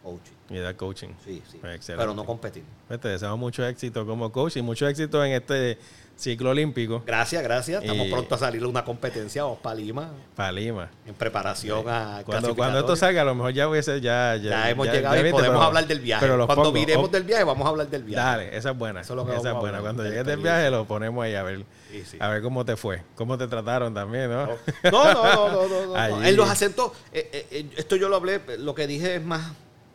coaching. Y dar coaching. Sí, sí. Excelente. Pero no competir. Pues te deseo mucho éxito como coach y mucho éxito en este ciclo olímpico Gracias, gracias. Estamos Y- pronto a salir a una competencia. Vamos para Lima. para Lima. en preparación a Cuando, cuando esto salga, a lo mejor ya hubiese, ya, ya, Ah, ya, hemos ya- llegado ya y viste, podemos pero- hablar del viaje. pero los cuando pongo. viremos Oh, del viaje, vamos a hablar del viaje. Dale, esa es buena. Eso es lo que esa vamos es a buena. hablar, Cuando de la llegues del experiencia. viaje, lo ponemos ahí a ver. Sí, sí. A ver cómo te fue, cómo te trataron también, ¿no? No, no, no, no, no, no, no. Allí. En los acentos, eh, eh, eh, esto yo lo hablé, lo que dije es más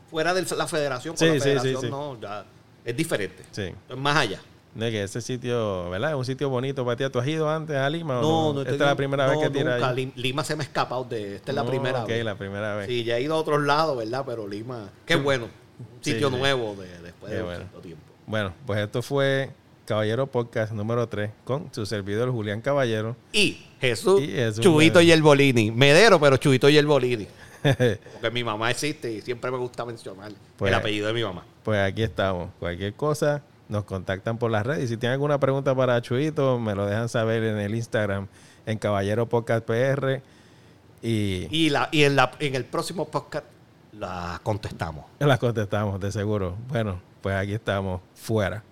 fuera de la federación, con Sí, la sí, sí, federación sí. no, ya es diferente. Sí. Es más allá. De que ese sitio, ¿verdad? Es un sitio bonito para ti. ¿Tú has ido antes a Lima? o No, no, Esta estoy- es la primera vez no, que tiras nunca. ahí. Lim- Lima se me ha escapado de, esta es la No, primera ok, vez. la primera vez. Sí, ya he ido a otros lados, ¿verdad? Pero Lima, qué bueno. Un Sí, sitio sí. nuevo de- después Qué de bueno. tanto tiempo. Bueno, pues esto fue Caballero Podcast número 3 con su servidor Julián Caballero. y Jesús, Y Jesús Medero. Chubito y el Bolini. Medero, pero Chubito y el Bolini. Porque mi mamá existe y siempre me gusta mencionar Pues- el apellido de mi mamá. Pues aquí estamos. Cualquier cosa, nos contactan por las redes. Y si tienen alguna pregunta para Chuito, me lo dejan saber en el Instagram, en Caballero Podcast PR. Y Y, la, y en, la, en el próximo podcast la contestamos. las contestamos, de seguro. Bueno, pues aquí estamos, fuera.